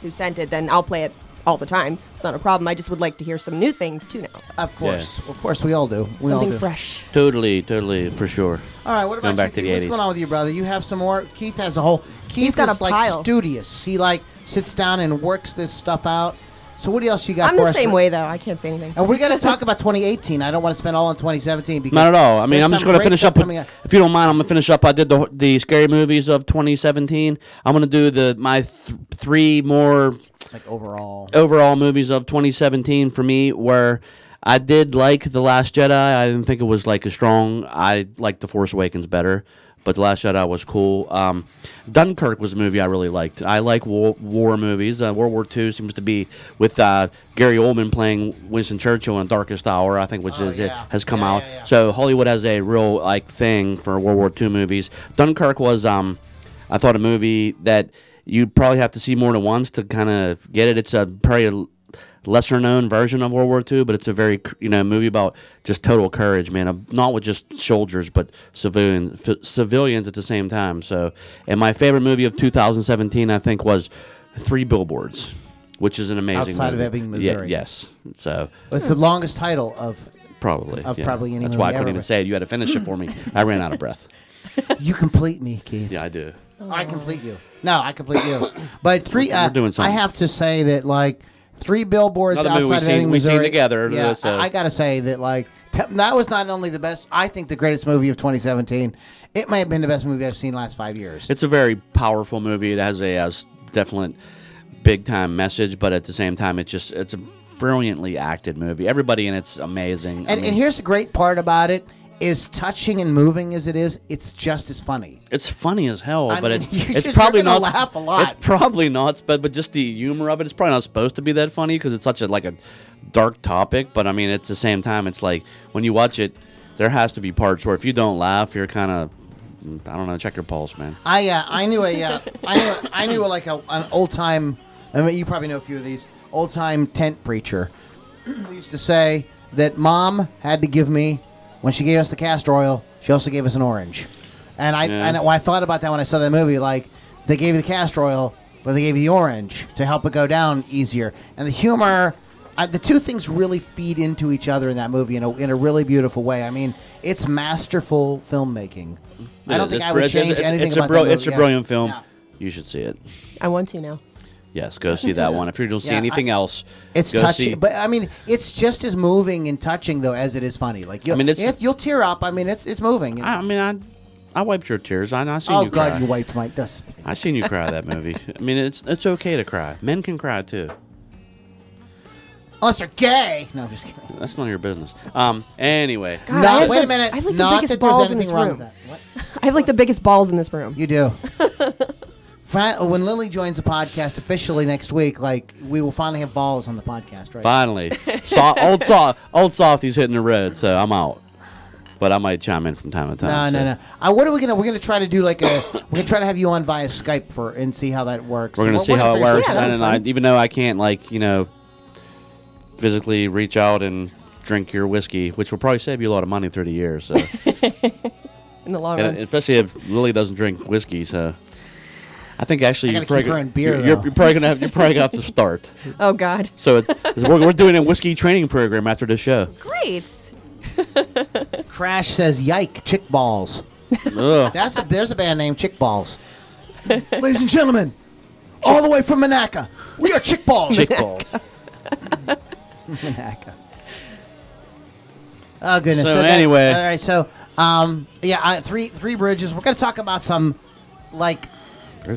S3: who sent it, then I'll play it all the time. It's not a problem. I just would like to hear some new things too now,
S1: Of course, of course, we all do. We all
S3: something
S1: do.
S3: fresh.
S2: Totally, totally for sure.
S1: All right, what
S2: Going
S1: about
S2: back to
S1: you?
S2: the
S1: Keith? What's
S2: 80s.
S1: going on with you, brother? You have some more. Keith has a whole. Keith
S3: got
S1: is
S3: a
S1: like
S3: pile.
S1: studious. He like sits down and works this stuff out. So what else you got
S3: I'm
S1: for
S3: the
S1: us?
S3: same way though. I can't say anything.
S1: [laughs] And we're going to talk about 2018. I don't want to spend all on 2017 because
S2: Not at all. I mean,
S1: there's
S2: I'm just
S1: some
S2: going to
S1: great
S2: finish
S1: stuff
S2: up. with-
S1: coming up.
S2: if you don't mind, I'm going to finish up. I did the the scary movies of 2017. I'm going to do the my th- three more
S1: Like overall,
S2: overall movies of 2017 for me where I did like The Last Jedi. I didn't think it was like as strong. I liked The Force Awakens better, but The Last Jedi was cool. Um, Dunkirk was a movie I really liked. I like war, war movies. Uh, World War II seems to be with uh, Gary Oldman playing Winston Churchill in Darkest Hour. I think which is it
S1: Oh, yeah.
S2: has come
S1: Yeah,
S2: out.
S1: yeah, yeah.
S2: So Hollywood has a real like thing for World War II movies. Dunkirk was um, I thought a movie that you probably have to see more than once to kind of get it. It's a probably a lesser known version of World War II, but it's a very you know movie about just total courage, man. Uh, Not with just soldiers, but civilian f- civilians at the same time. So, and my favorite movie of 2017, I think, was Three Billboards, which is an amazing
S1: Outside of
S2: movie.
S1: Ebbing,
S2: Yeah,
S1: Missouri.
S2: yes, so
S1: it's the longest title of.
S2: Probably.
S1: Of probably any
S2: That's why I
S1: movie
S2: couldn't
S1: ever.
S2: even say it. You had to finish it
S1: [laughs]
S2: for me. I ran out of breath.
S1: You complete me, Keith.
S2: Yeah, I do.
S1: I complete you. No, I complete
S2: [coughs]
S1: you. But three, uh,
S2: We're doing
S1: I
S2: something.
S1: have to say that like three billboards
S2: Another
S1: outside
S2: movie we've
S1: of Ebbing,
S2: seen- we've seen
S1: Missouri.
S2: together,
S1: Yeah,
S2: uh, so-
S1: I, I gotta say that like te- that was not only the best. I think the greatest movie of 2017. It may have been the best movie I've seen in the last five years.
S2: It's a very powerful movie. It has a, uh, s- definite big time message, but at the same time, it's just it's a brilliantly acted movie. Everybody in it's amazing. I
S1: and,
S2: mean,
S1: and here's the great part about it: is touching and moving as it is, it's just as funny.
S2: it's funny as hell,
S1: I
S2: but
S1: mean,
S2: it-
S1: you
S2: it's
S1: just- [laughs]
S2: probably
S1: you're gonna
S2: not
S1: laugh a lot.
S2: It's probably not, but but just the humor of it, it's probably not supposed to be that funny because it's such a like a dark topic. But I mean, at the same time, it's like when you watch it, there has to be parts where if you don't laugh, you're kind of I don't know, check your pulse, man.
S1: I uh, I knew a uh, I knew a, I knew a, like a, an old time. I mean, you probably know a few of these old time tent preacher. [clears throat] who used to say that mom had to give me when she gave us the castor oil. She also gave us an orange, and I
S2: Yeah.
S1: and when I thought about that when I saw that movie. Like they gave you the castor oil, but they gave you the orange to help it go down easier. And the humor. I, the two things really feed into each other in that movie in a, in a really beautiful way. I mean, it's masterful filmmaking. I don't think
S2: It's
S1: I would
S2: br- it's-
S1: change
S2: it's-
S1: anything
S2: it's
S1: about
S2: a bro-
S1: that movie.
S2: It's a
S1: yeah.
S2: brilliant film.
S1: Yeah.
S2: You should see it.
S3: I want to now.
S2: Yes, go
S1: [laughs]
S2: see that one. If you don't see
S1: Yeah,
S2: anything else,
S1: It's
S2: go
S1: touching,
S2: see-
S1: but I mean, it's just as moving and touching though as it is funny. Like you'll,
S2: I mean, it's-
S1: if you'll tear up. I mean, it's it's moving.
S2: I, I mean, I I wiped your tears. I, I seen
S1: oh
S2: you
S1: god,
S2: cry.
S1: you wiped my dust.
S2: I seen you cry
S1: [laughs]
S2: that movie. I mean, it's it's okay to cry. Men can cry too.
S1: Unless you're gay. No, I'm just kidding.
S2: That's none of your business. Um. Anyway,
S3: God, I
S1: no,
S3: have
S1: wait
S3: the-
S1: a minute.
S3: I have like the
S1: Not
S3: biggest
S1: that there's
S3: balls in
S1: anything
S3: this
S1: wrong
S3: room.
S1: with that. What?
S3: I have like the biggest balls in this room.
S1: You
S3: [laughs]
S1: do. Fin- when Lily joins the podcast officially next week, like we will finally have balls on the podcast, right?
S2: finally, so, old soft old softy's hitting the road, so I'm out. But I might chime in from time to
S1: No,
S2: time.
S1: no,
S2: so
S1: no. Uh, what are we gonna? We're gonna try to do like a. [coughs] We're gonna try to have you on via Skype for and see how that works.
S2: We're gonna
S1: We're-
S2: see
S1: we're
S2: how it
S1: figure
S2: works.
S1: something out.
S2: and then I, even though I can't, like you know, physically reach out and drink your whiskey, which will probably save you a lot of money through the years.
S1: [laughs]
S2: So.
S3: in the long
S2: And
S3: run.
S2: especially if Lily doesn't drink whiskey, so I think actually
S1: I
S2: you're
S1: gotta
S2: probably,
S1: keep her in beer,
S2: you're,
S1: though.
S2: you're probably gonna have you're probably gonna have to start.
S3: Oh God,
S1: [laughs]
S2: So it, we're, we're doing a whiskey training program after this show.
S3: great!
S1: Crash says, "Yike, chick balls."
S2: Ugh.
S1: That's a, there's a band named Chick Balls. Ladies and gentlemen, all the way from Manaca, we are Chick Balls. [laughs]
S2: Chick balls.
S1: Manaca. Oh goodness.
S2: So
S1: that's-
S2: anyway.
S1: all right. So, um, yeah, I, three three bridges. We're gonna talk about some like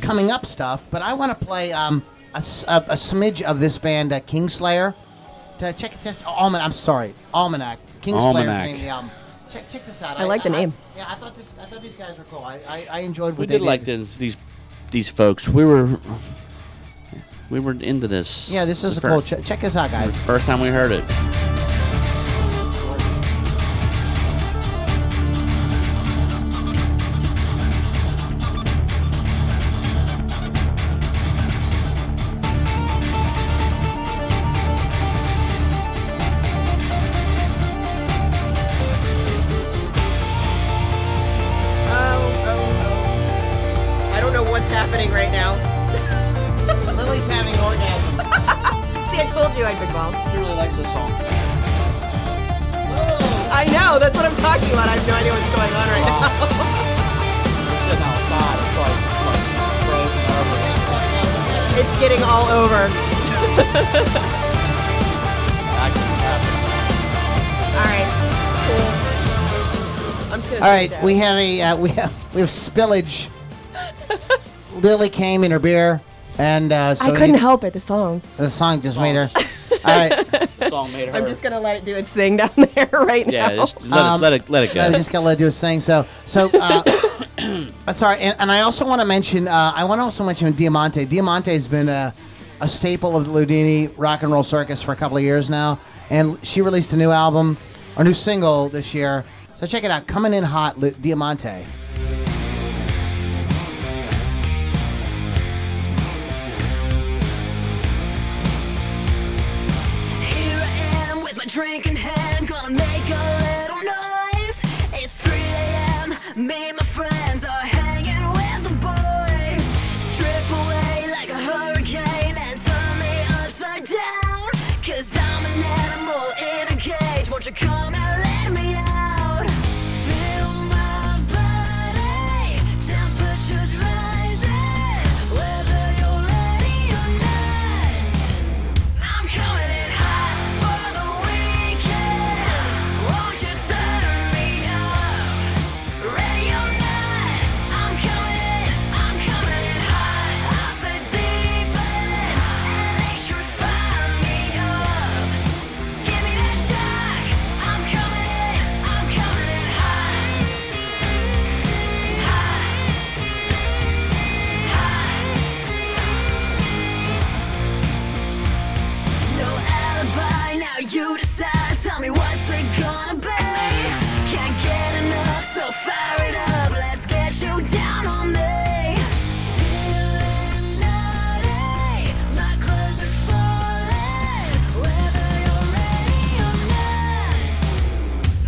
S1: coming up stuff, but I want to play um a, s- a- a smidge of this band, uh, Kingslayer. To check test Almanac. I'm sorry, Almanac. Kingslayer's the
S2: Almanac.
S1: name of the album. Um, Check, check this out.
S3: I like the name.
S1: yeah, I thought this. I thought these guys were cool. I, I, I enjoyed what
S2: We
S1: they
S2: did like this, these these folks. We were we were into this.
S1: Yeah, this is a
S2: the
S1: cool.
S2: fir-
S1: Ch- check this out, guys.
S2: First time we heard it.
S3: Oh, oh, oh. I don't know what's happening right now.
S1: Lily's having an orgasm.
S3: See, I told you I'd been well.
S2: She really likes this song.
S3: I know. That's what I'm talking about. I have no idea what's going on right now.
S2: [laughs]
S3: It's getting all over.
S1: All right, we have a uh, we have we have
S3: [laughs]
S1: spillage. Lily came in her beer, and uh, so
S3: I couldn't
S1: you-
S3: help it. The song.
S1: The song just made
S3: [laughs]
S1: her. All right,
S2: Song made her.
S3: I'm just gonna let it do its thing down [laughs] there right
S2: yeah,
S3: now.
S2: just let,
S1: Um,
S2: it, let it let it go.
S1: I just gotta let it do its thing. So so. Uh, [coughs] I'm sorry, and, and I also want to mention. Uh, I want to also mention Diamante. Diamante has been a, a staple of the Ludini Rock and Roll Circus for a couple of years now, and she released a new album, or new single this year. So check it out, coming in hot, Lu- Diamante.
S4: Here I am with my drink in hand, gonna make a little noise. It's 3 a.m. Me and my friends are hanging with the boys. Strip away like a hurricane and turn me upside down. Cause I'm an animal in a cage. Won't you come and let me out? Feel my body, temperatures rising. Whether you're ready or not. I'm coming in hot for the weekend. Won't you turn me up? Ready or not, I'm coming in. I'm coming in hot off the deep end. Electrify me up. Give me that shock. I'm coming in. I'm coming in hot, hot, hot. No alibi, now you decide. Tell me what's it gonna be? Can't get enough, so fire it up. Let's get you down on me. Feeling naughty, my clothes are falling. Whether you're ready or not,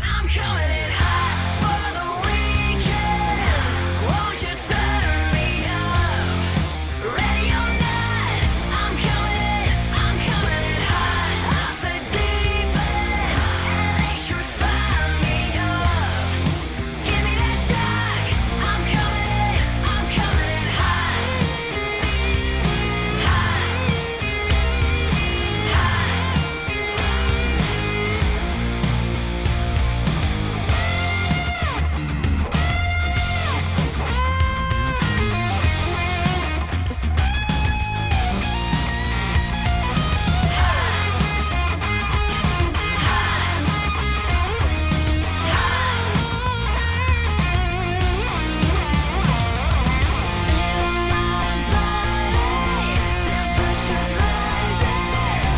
S4: I'm coming in hot for the weekend. Won't you turn me up? Ready or not, I'm coming in. I'm coming in hot off the deep end. Electrify me up. Give me that shock. I'm coming in. I'm coming in hot, hot, hot. Temperatures rising,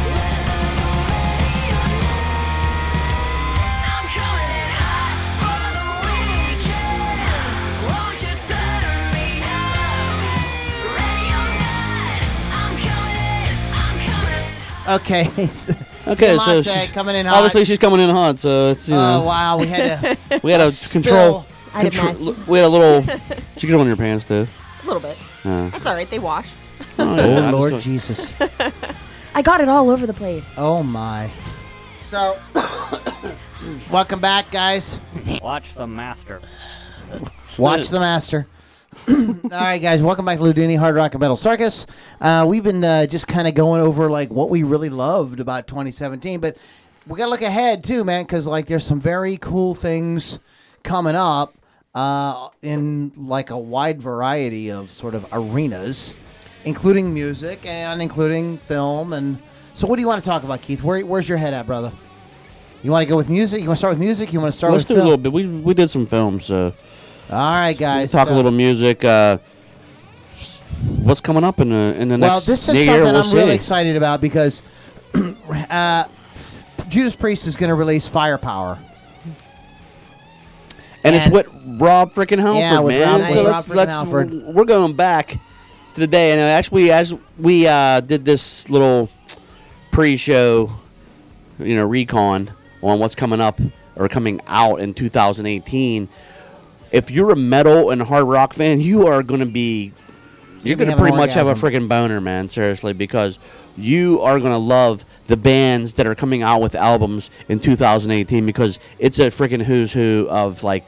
S4: whether you're ready or I'm coming in hot for the weekend. Won't you turn me up? Ready or not, I'm coming in. I'm coming
S1: Okay. [laughs]
S2: okay, so
S1: Diamante
S2: she's-
S1: coming in hot.
S2: obviously she's coming in hot. So it's you
S1: Oh
S2: know,
S1: wow, we had to.
S2: we had a
S1: spill.
S2: control.
S3: I had a
S2: contro-
S3: mess.
S2: l- we had a
S3: [laughs]
S2: little. Did you get one on your pants too?
S3: [laughs] A little bit.
S2: Uh,
S3: That's all right. They wash.
S2: oh, yeah, I
S1: oh
S2: just
S1: Lord
S2: don't-
S1: Jesus.
S3: I got it all over the place.
S1: Oh my. So, [coughs] welcome back, guys.
S7: Watch the master.
S1: Watch the master. [clears throat] All right, guys, welcome back to Ludini Hard Rock and Metal Circus. Uh, we've been uh, just kind of going over like what we really loved about 2017, but we got to look ahead too, man, because like there's some very cool things coming up uh, in like a wide variety of sort of arenas, including music and including film. And so, what do you want to talk about, Keith? Where, where's your head at, brother? You want to go with music? You want to start with music? You want to start
S2: Let's
S1: with
S2: do a
S1: film?
S2: little bit. We we did some films. So
S1: All right,
S2: we'll
S1: guys.
S2: talk a
S1: so-
S2: little music. Uh, what's coming up in the in the
S1: Well,
S2: next
S1: this is
S2: year?
S1: something
S2: we'll
S1: I'm really
S2: see.
S1: excited about because [clears throat] uh, Judas Priest is going to release Firepower.
S2: and it's
S1: And-
S2: with Rob freaking Halford,
S1: Yeah, with
S2: man.
S1: Rob-
S2: so
S1: with
S2: let's
S1: Rob frickin'
S2: let's
S1: Halford.
S2: we're going back to the day, and uh, actually, as we uh, did this little pre-show, you know, recon on what's coming up or coming out in 2018. If you're a metal and hard rock fan, you are going to be you're
S1: gonna
S2: going to
S1: have an
S2: pretty much have a
S1: orgasm.
S2: freaking boner, man. Seriously, because you are going to love the bands that are coming out with albums in 2018 because it's a freaking who's who of like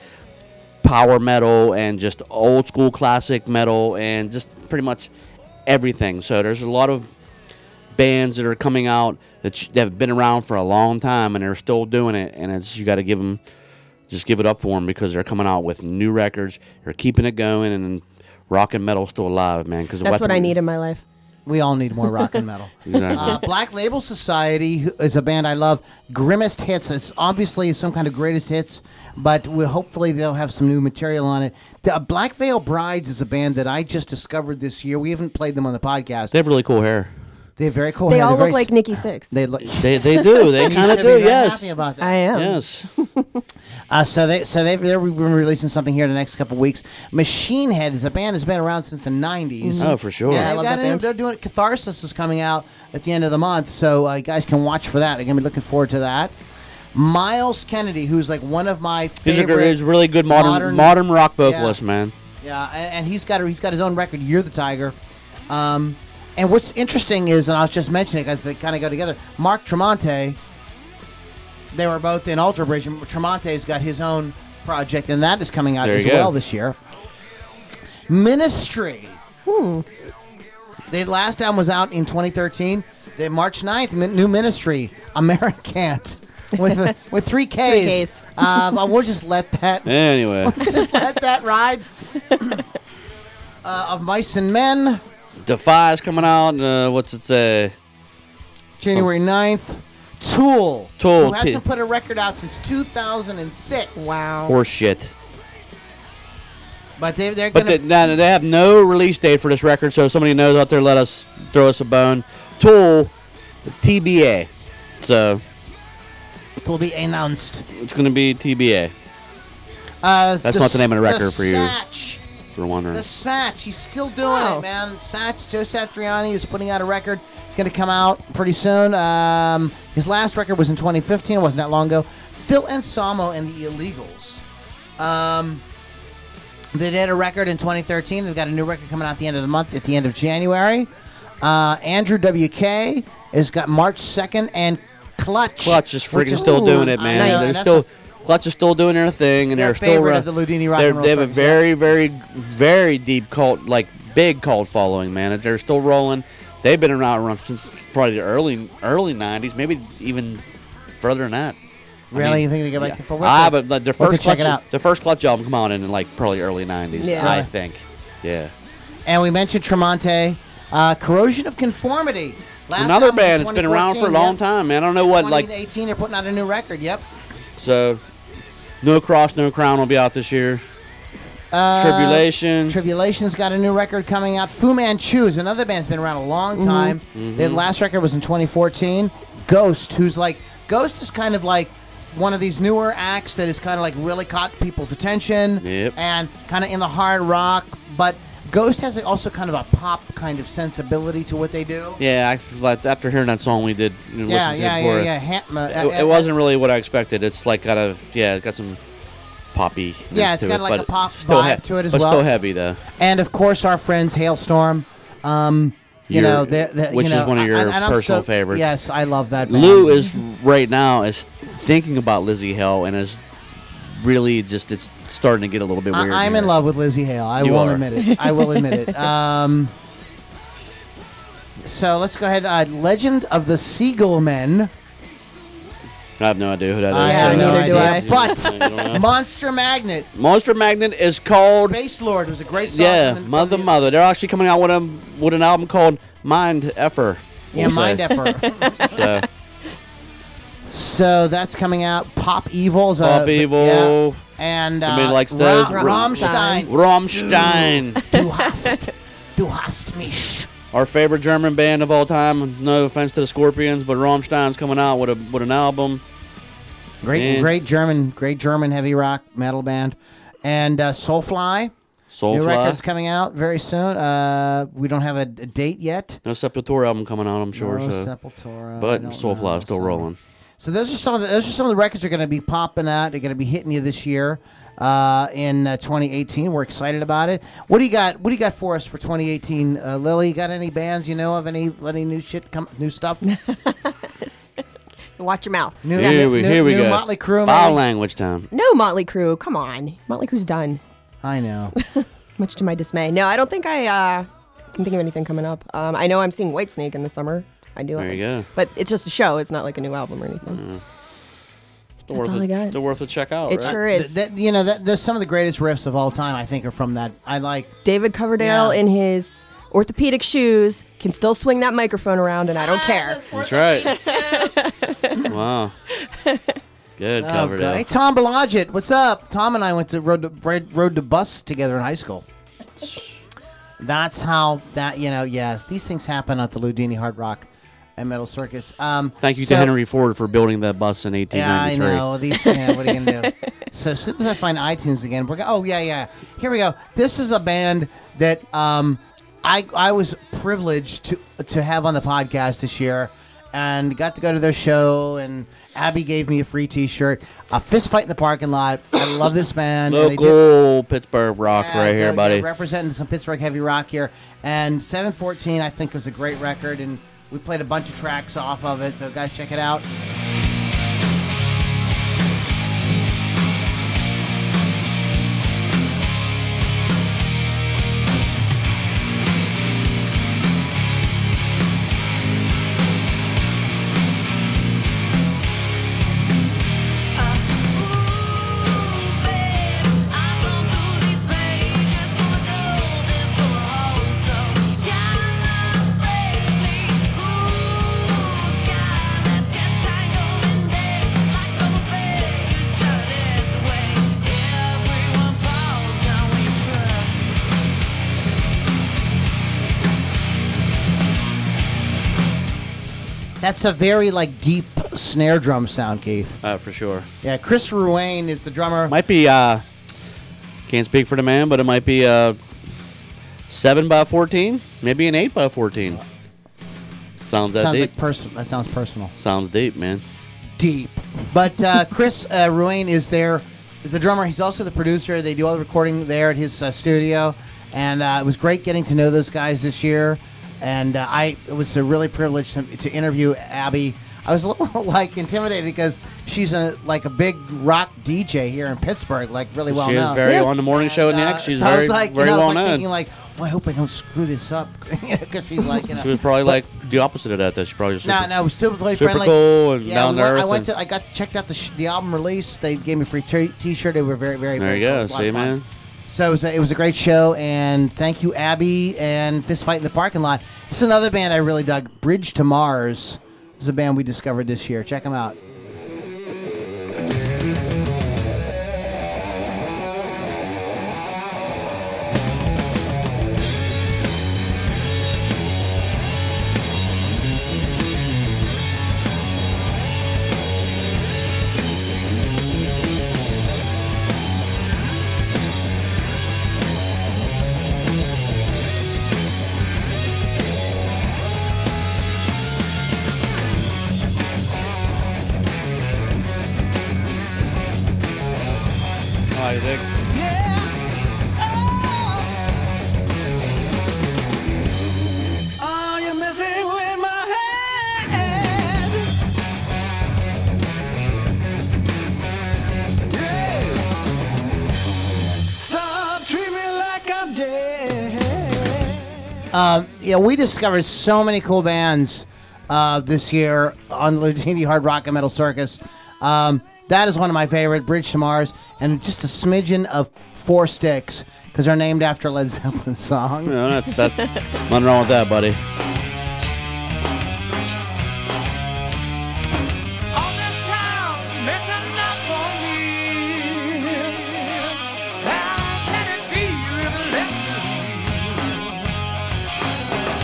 S2: power metal and just old school classic metal and just pretty much everything. So there's a lot of bands that are coming out that, sh- that have been around for a long time and they're still doing it, and it's you got to give them just give it up for them because they're coming out with new records. They're keeping it going and rock and metal's still alive, man. Because
S3: That's what I need in my life.
S1: We all need more rock and
S2: [laughs]
S1: metal.
S2: Exactly.
S1: Uh, Black Label Society who- is a band I love. Grimmest Hits. It's obviously some kind of greatest hits, but we hopefully they'll have some new material on it. The, uh, Black Veil Brides is a band that I just discovered this year. We haven't played them on the podcast.
S2: They have really cool hair.
S1: They have very cool.
S3: They
S1: hair.
S3: all
S1: They're very
S3: look like
S1: s-
S3: Nikki Six.
S1: They look. [laughs]
S2: They they do. They
S1: You should
S2: kind of
S1: be
S2: do.
S1: very
S2: Yes.
S1: happy about that.
S3: I
S1: [laughs]
S3: am.
S2: Yes.
S1: Uh, so they so they've they're been releasing something here in the next couple weeks. Machine Head is a band that's been around since the '90s.
S2: Oh, for sure.
S1: Yeah,
S3: I
S1: they've
S3: love
S1: got
S3: that
S1: a new-
S3: band.
S1: they're doing it. Catharsis is coming out at the end of the month, so uh, you guys can watch for that. They're gonna be looking forward to that. Miles Kennedy, who's like one of my
S2: He's a, gr-
S1: favorite,
S2: he's a really good modern modern, rock vocalist,
S1: yeah.
S2: man.
S1: Yeah, and, and he's got a, he's got his own record. You're the Tiger. Um, and what's interesting is, and I was just mentioning because they kind of go together. Mark Tremonte, they were both in Ultra Bridge. And Tremonte's got his own project, and that is coming out
S2: There
S1: as
S2: you go.
S1: well this year. Ministry. The last album was out in 2013. The March 9th, min- new Ministry, Americant, with a, with three Ks.
S3: Ks.
S1: Um, I will just let that
S2: Anyway,
S1: [laughs] just let that ride. [coughs] uh, of Mice and Men,
S2: Defy's coming out. Uh, what's it say?
S1: January 9th. Tool.
S2: Tool,
S1: Who
S2: T-
S1: hasn't put a record out since 2006.
S3: Wow.
S2: Horse shit.
S1: But they, they're
S2: But
S1: going
S2: they,
S1: to.
S2: now they have no release date for this record, so if somebody knows out there, let us throw us a bone. Tool, TBA. So
S1: Will be announced.
S2: it's going to be TBA.
S1: Uh,
S2: That's not the name of the record for you.
S1: Satch.
S2: If you're wondering,
S1: The Satch. He's still doing
S3: Wow.
S1: it, man. Satch, Joe Satriani is putting out a record. It's going to come out pretty soon. Um, his last record was in 2015. It wasn't that long ago. Phil Anselmo and the Illegals. Um, They did a record in 2013. They've got a new record coming out at the end of the month, at the end of January. Uh, Andrew WK has got March 2nd and Clutch.
S2: Clutch is
S1: which
S2: freaking still doing it,
S1: I
S2: man.
S1: know,
S2: They're
S1: that's
S2: still
S1: a-
S2: Clutch is still doing their thing, and
S1: Their
S2: they're still
S1: favorite
S2: ru-
S1: of the Ludini Rock and
S2: they're-
S1: Roll
S2: They have a
S1: Circus, yeah.
S2: very, very, very deep cult, like big cult following, man. They're still rolling. They've been around around since probably the early early '90s, maybe even further than that.
S1: Really?
S2: mean,
S1: you think they go back
S2: Yeah.
S1: to for
S2: Ah, but like, their
S1: we'll have
S2: first
S1: to check
S2: clutch,
S1: it out.
S2: their first clutch album come out in like probably early '90s,
S3: Yeah.
S2: I
S1: Really?
S2: think. Yeah.
S1: And we mentioned Tremonte. Uh, Corrosion of Conformity. Last
S2: Another
S1: album was
S2: band that's been around for a
S1: 2014,
S2: long
S1: yeah.
S2: time, man. I don't know what like
S1: 2018, they're putting out a new record. Yep.
S2: so. No cross, no crown will be out this year.
S1: Uh,
S2: Tribulation.
S1: Tribulation's got a new record coming out. Fu Manchu is another band's been around a long time. Their last record was in 2014. Ghost, who's like Ghost is kind of like one of these newer acts that has kind of like really caught people's attention
S2: Yep.
S1: and kind of in the hard rock, but Ghost has also kind of a pop kind of sensibility to what they do.
S2: Yeah, I f- like after hearing that song we did, you know,
S1: yeah,
S2: listened
S1: yeah,
S2: to it for
S1: yeah,
S2: it,
S1: yeah. Ham- uh,
S2: it,
S1: uh,
S2: it
S1: uh,
S2: wasn't really what I expected. It's like kind of yeah, it's got some poppy.
S1: Yeah, it's got like a pop vibe to it as
S2: but
S1: well.
S2: Still heavy though.
S1: and of course our friends Hailstorm. Um, you
S2: Your-
S1: know, they're, they're,
S2: which
S1: you
S2: is
S1: know,
S2: one of
S1: I-
S2: your
S1: and- and I'm
S2: personal
S1: so-
S2: favorites.
S1: Yes, I love that. Band.
S2: Lou is right now is thinking about Lizzie Hill and is really just it's starting to get a little bit
S1: I-
S2: weird.
S1: I'm
S2: here.
S1: in love with Lizzie Hale. I
S2: You
S1: will
S2: are.
S1: admit it. I will admit
S2: [laughs]
S1: it. Um, so let's go ahead. Uh, Legend of the Seagull Men,
S2: I have no idea who that is.
S1: I
S3: have no
S2: You [laughs]
S3: idea.
S2: don't- you don't know.
S1: Monster Magnet,
S2: Monster Magnet is called
S1: Space Lord was a great song.
S2: yeah,
S1: from the-
S2: Mother
S1: from the-
S2: Mother. They're actually coming out with a with an album called Mind Effer.
S1: Yeah,
S2: we'll
S1: Mind
S2: say. [laughs]
S1: Effer.
S2: So,
S1: [laughs] so that's coming out. Pop Evil's a,
S2: Pop Evil.
S1: yeah. and uh,
S2: Everybody likes
S1: Ra-
S2: those.
S1: Rammstein.
S2: Rammstein,
S1: Du hast, du hast mich.
S2: our favorite German band of all time. No offense to the Scorpions, but Rammstein's coming out with a with an album.
S1: Great,
S2: Yeah.
S1: great German, great German heavy rock metal band, and uh, Soulfly. New record's
S2: Soulfly,
S1: coming out very soon. Uh, we don't have a, a date yet.
S2: no Sepultura album coming out. I'm sure.
S1: No
S2: so.
S1: Sepultura.
S2: but
S1: I don't
S2: Soulfly
S1: know,
S2: is still
S1: so-
S2: rolling.
S1: So those are some of the those are some of the records that are going to be popping out. They're going to be hitting you this year uh, in uh, 2018. We're excited about it. What do you got? What do you got for us for 2018, uh, Lily? You got any bands you know of? Any any new shit? Come new stuff. New,
S3: Watch your mouth.
S1: new,
S2: Here we,
S1: new-
S2: here we
S1: new
S2: go.
S1: Motley Crue.
S2: Foul
S1: man.
S2: language time.
S3: No, Motley Crue. Come on. Motley Crue's done.
S1: I know.
S3: Much to my dismay. No, I don't think I uh, can think of anything coming up. Um, I know I'm seeing Whitesnake in the summer. I do.
S2: There you go.
S1: Mm.
S3: But it's just a show. It's not like a new album or anything.
S2: They're worth
S3: all
S2: it-
S3: I got.
S2: They're worth a check out.
S3: It
S2: right?
S3: sure is.
S1: That, you know, that, that's some of the greatest riffs of all time. I think are from that. I like.
S3: David Coverdale
S1: Yeah.
S3: in his orthopedic shoes can still swing that microphone around, and I don't care.
S2: That's right. wow. Good
S1: Oh,
S2: cover.
S1: God.
S2: though.
S1: Hey, Tom Belogit, what's up? Tom and I went to rode the, rode, rode the bus together in high school. That's how that you know. Yes, these things happen at the Ludini Hard Rock and Metal Circus. Um,
S2: Thank you
S1: so-
S2: to Henry Ford for building that bus in
S1: Yeah, I
S2: 1893.
S1: know. These, you know, what are you
S2: [laughs]
S1: gonna do? So as soon as I find iTunes again, we're gonna. Oh yeah, yeah. Here we go. This is a band that um, I I was privileged to to have on the podcast this year, and got to go to their show. And Abby gave me a free T-shirt. A fist fight in the parking lot. I love this band. and they did-
S2: Local Pittsburgh rock
S1: yeah,
S2: right here,
S1: go-
S2: buddy.
S1: yeah, representing some Pittsburgh heavy rock here. And 714, I think, was a great record, and we played a bunch of tracks off of it. So, guys, check it out. That's a very like deep snare drum sound, Keith.
S2: Uh, for sure.
S1: Yeah, Chris Ruane is the drummer.
S2: Might be. Uh, can't speak for the man, but it might be uh, seven by fourteen, maybe an eight by fourteen. Sounds that
S1: sounds
S2: deep.
S1: like person. That sounds personal.
S2: Sounds deep, man.
S1: Deep. But uh, [laughs] Chris uh, Ruane is there. Is the drummer. He's also the producer. They do all the recording there at his uh, studio, and uh, it was great getting to know those guys this year. And uh, I it was a really privilege to, to interview Abby. I was a little [laughs] like intimidated because she's a like a big rock DJ here in Pittsburgh, like really well
S2: she
S1: known.
S2: is very
S3: Yeah.
S2: on the morning show and the
S1: Uh,
S2: X. She's
S1: so I
S2: very,
S1: was like,
S2: very
S1: you know,
S2: well
S1: I was like
S2: known.
S1: thinking like, well, I hope I don't screw this up, [laughs] because she's like, you know,
S2: she [laughs] was probably like the opposite of that. That she probably just
S1: no, no, we're still really
S2: super
S1: friendly.
S2: cool and
S1: yeah,
S2: down
S1: we
S2: to
S1: went- I
S2: earth
S1: went
S2: and-
S1: to, I got checked out the sh- the album release. They gave me a free t- t-shirt. They were very, very.
S2: There
S1: very
S2: you
S1: cool.
S2: go.
S1: It was a lot
S2: See,
S1: of fun.
S2: man.
S1: So it was, a, it was a great show, and thank you, Abby, and Fist Fight in the Parking Lot. This is another band I really dug. Bridge to Mars is a band we discovered this year. Check them out.
S2: Oh, you think?
S5: Are you messing with my head? Yeah. Stop treating me like I'm dead.
S1: Um, yeah, we discovered so many cool bands uh, this year on the Ludini Hard Rock and Metal Circus. Um, that is one of my favorite, Bridge to Mars, and just a smidgen of Four Sticks because they're named after a Led Zeppelin song.
S2: [laughs] No, that's
S1: [laughs]
S2: that. nothing wrong with that, buddy.
S5: All this town messing up on me. How can it be you ever left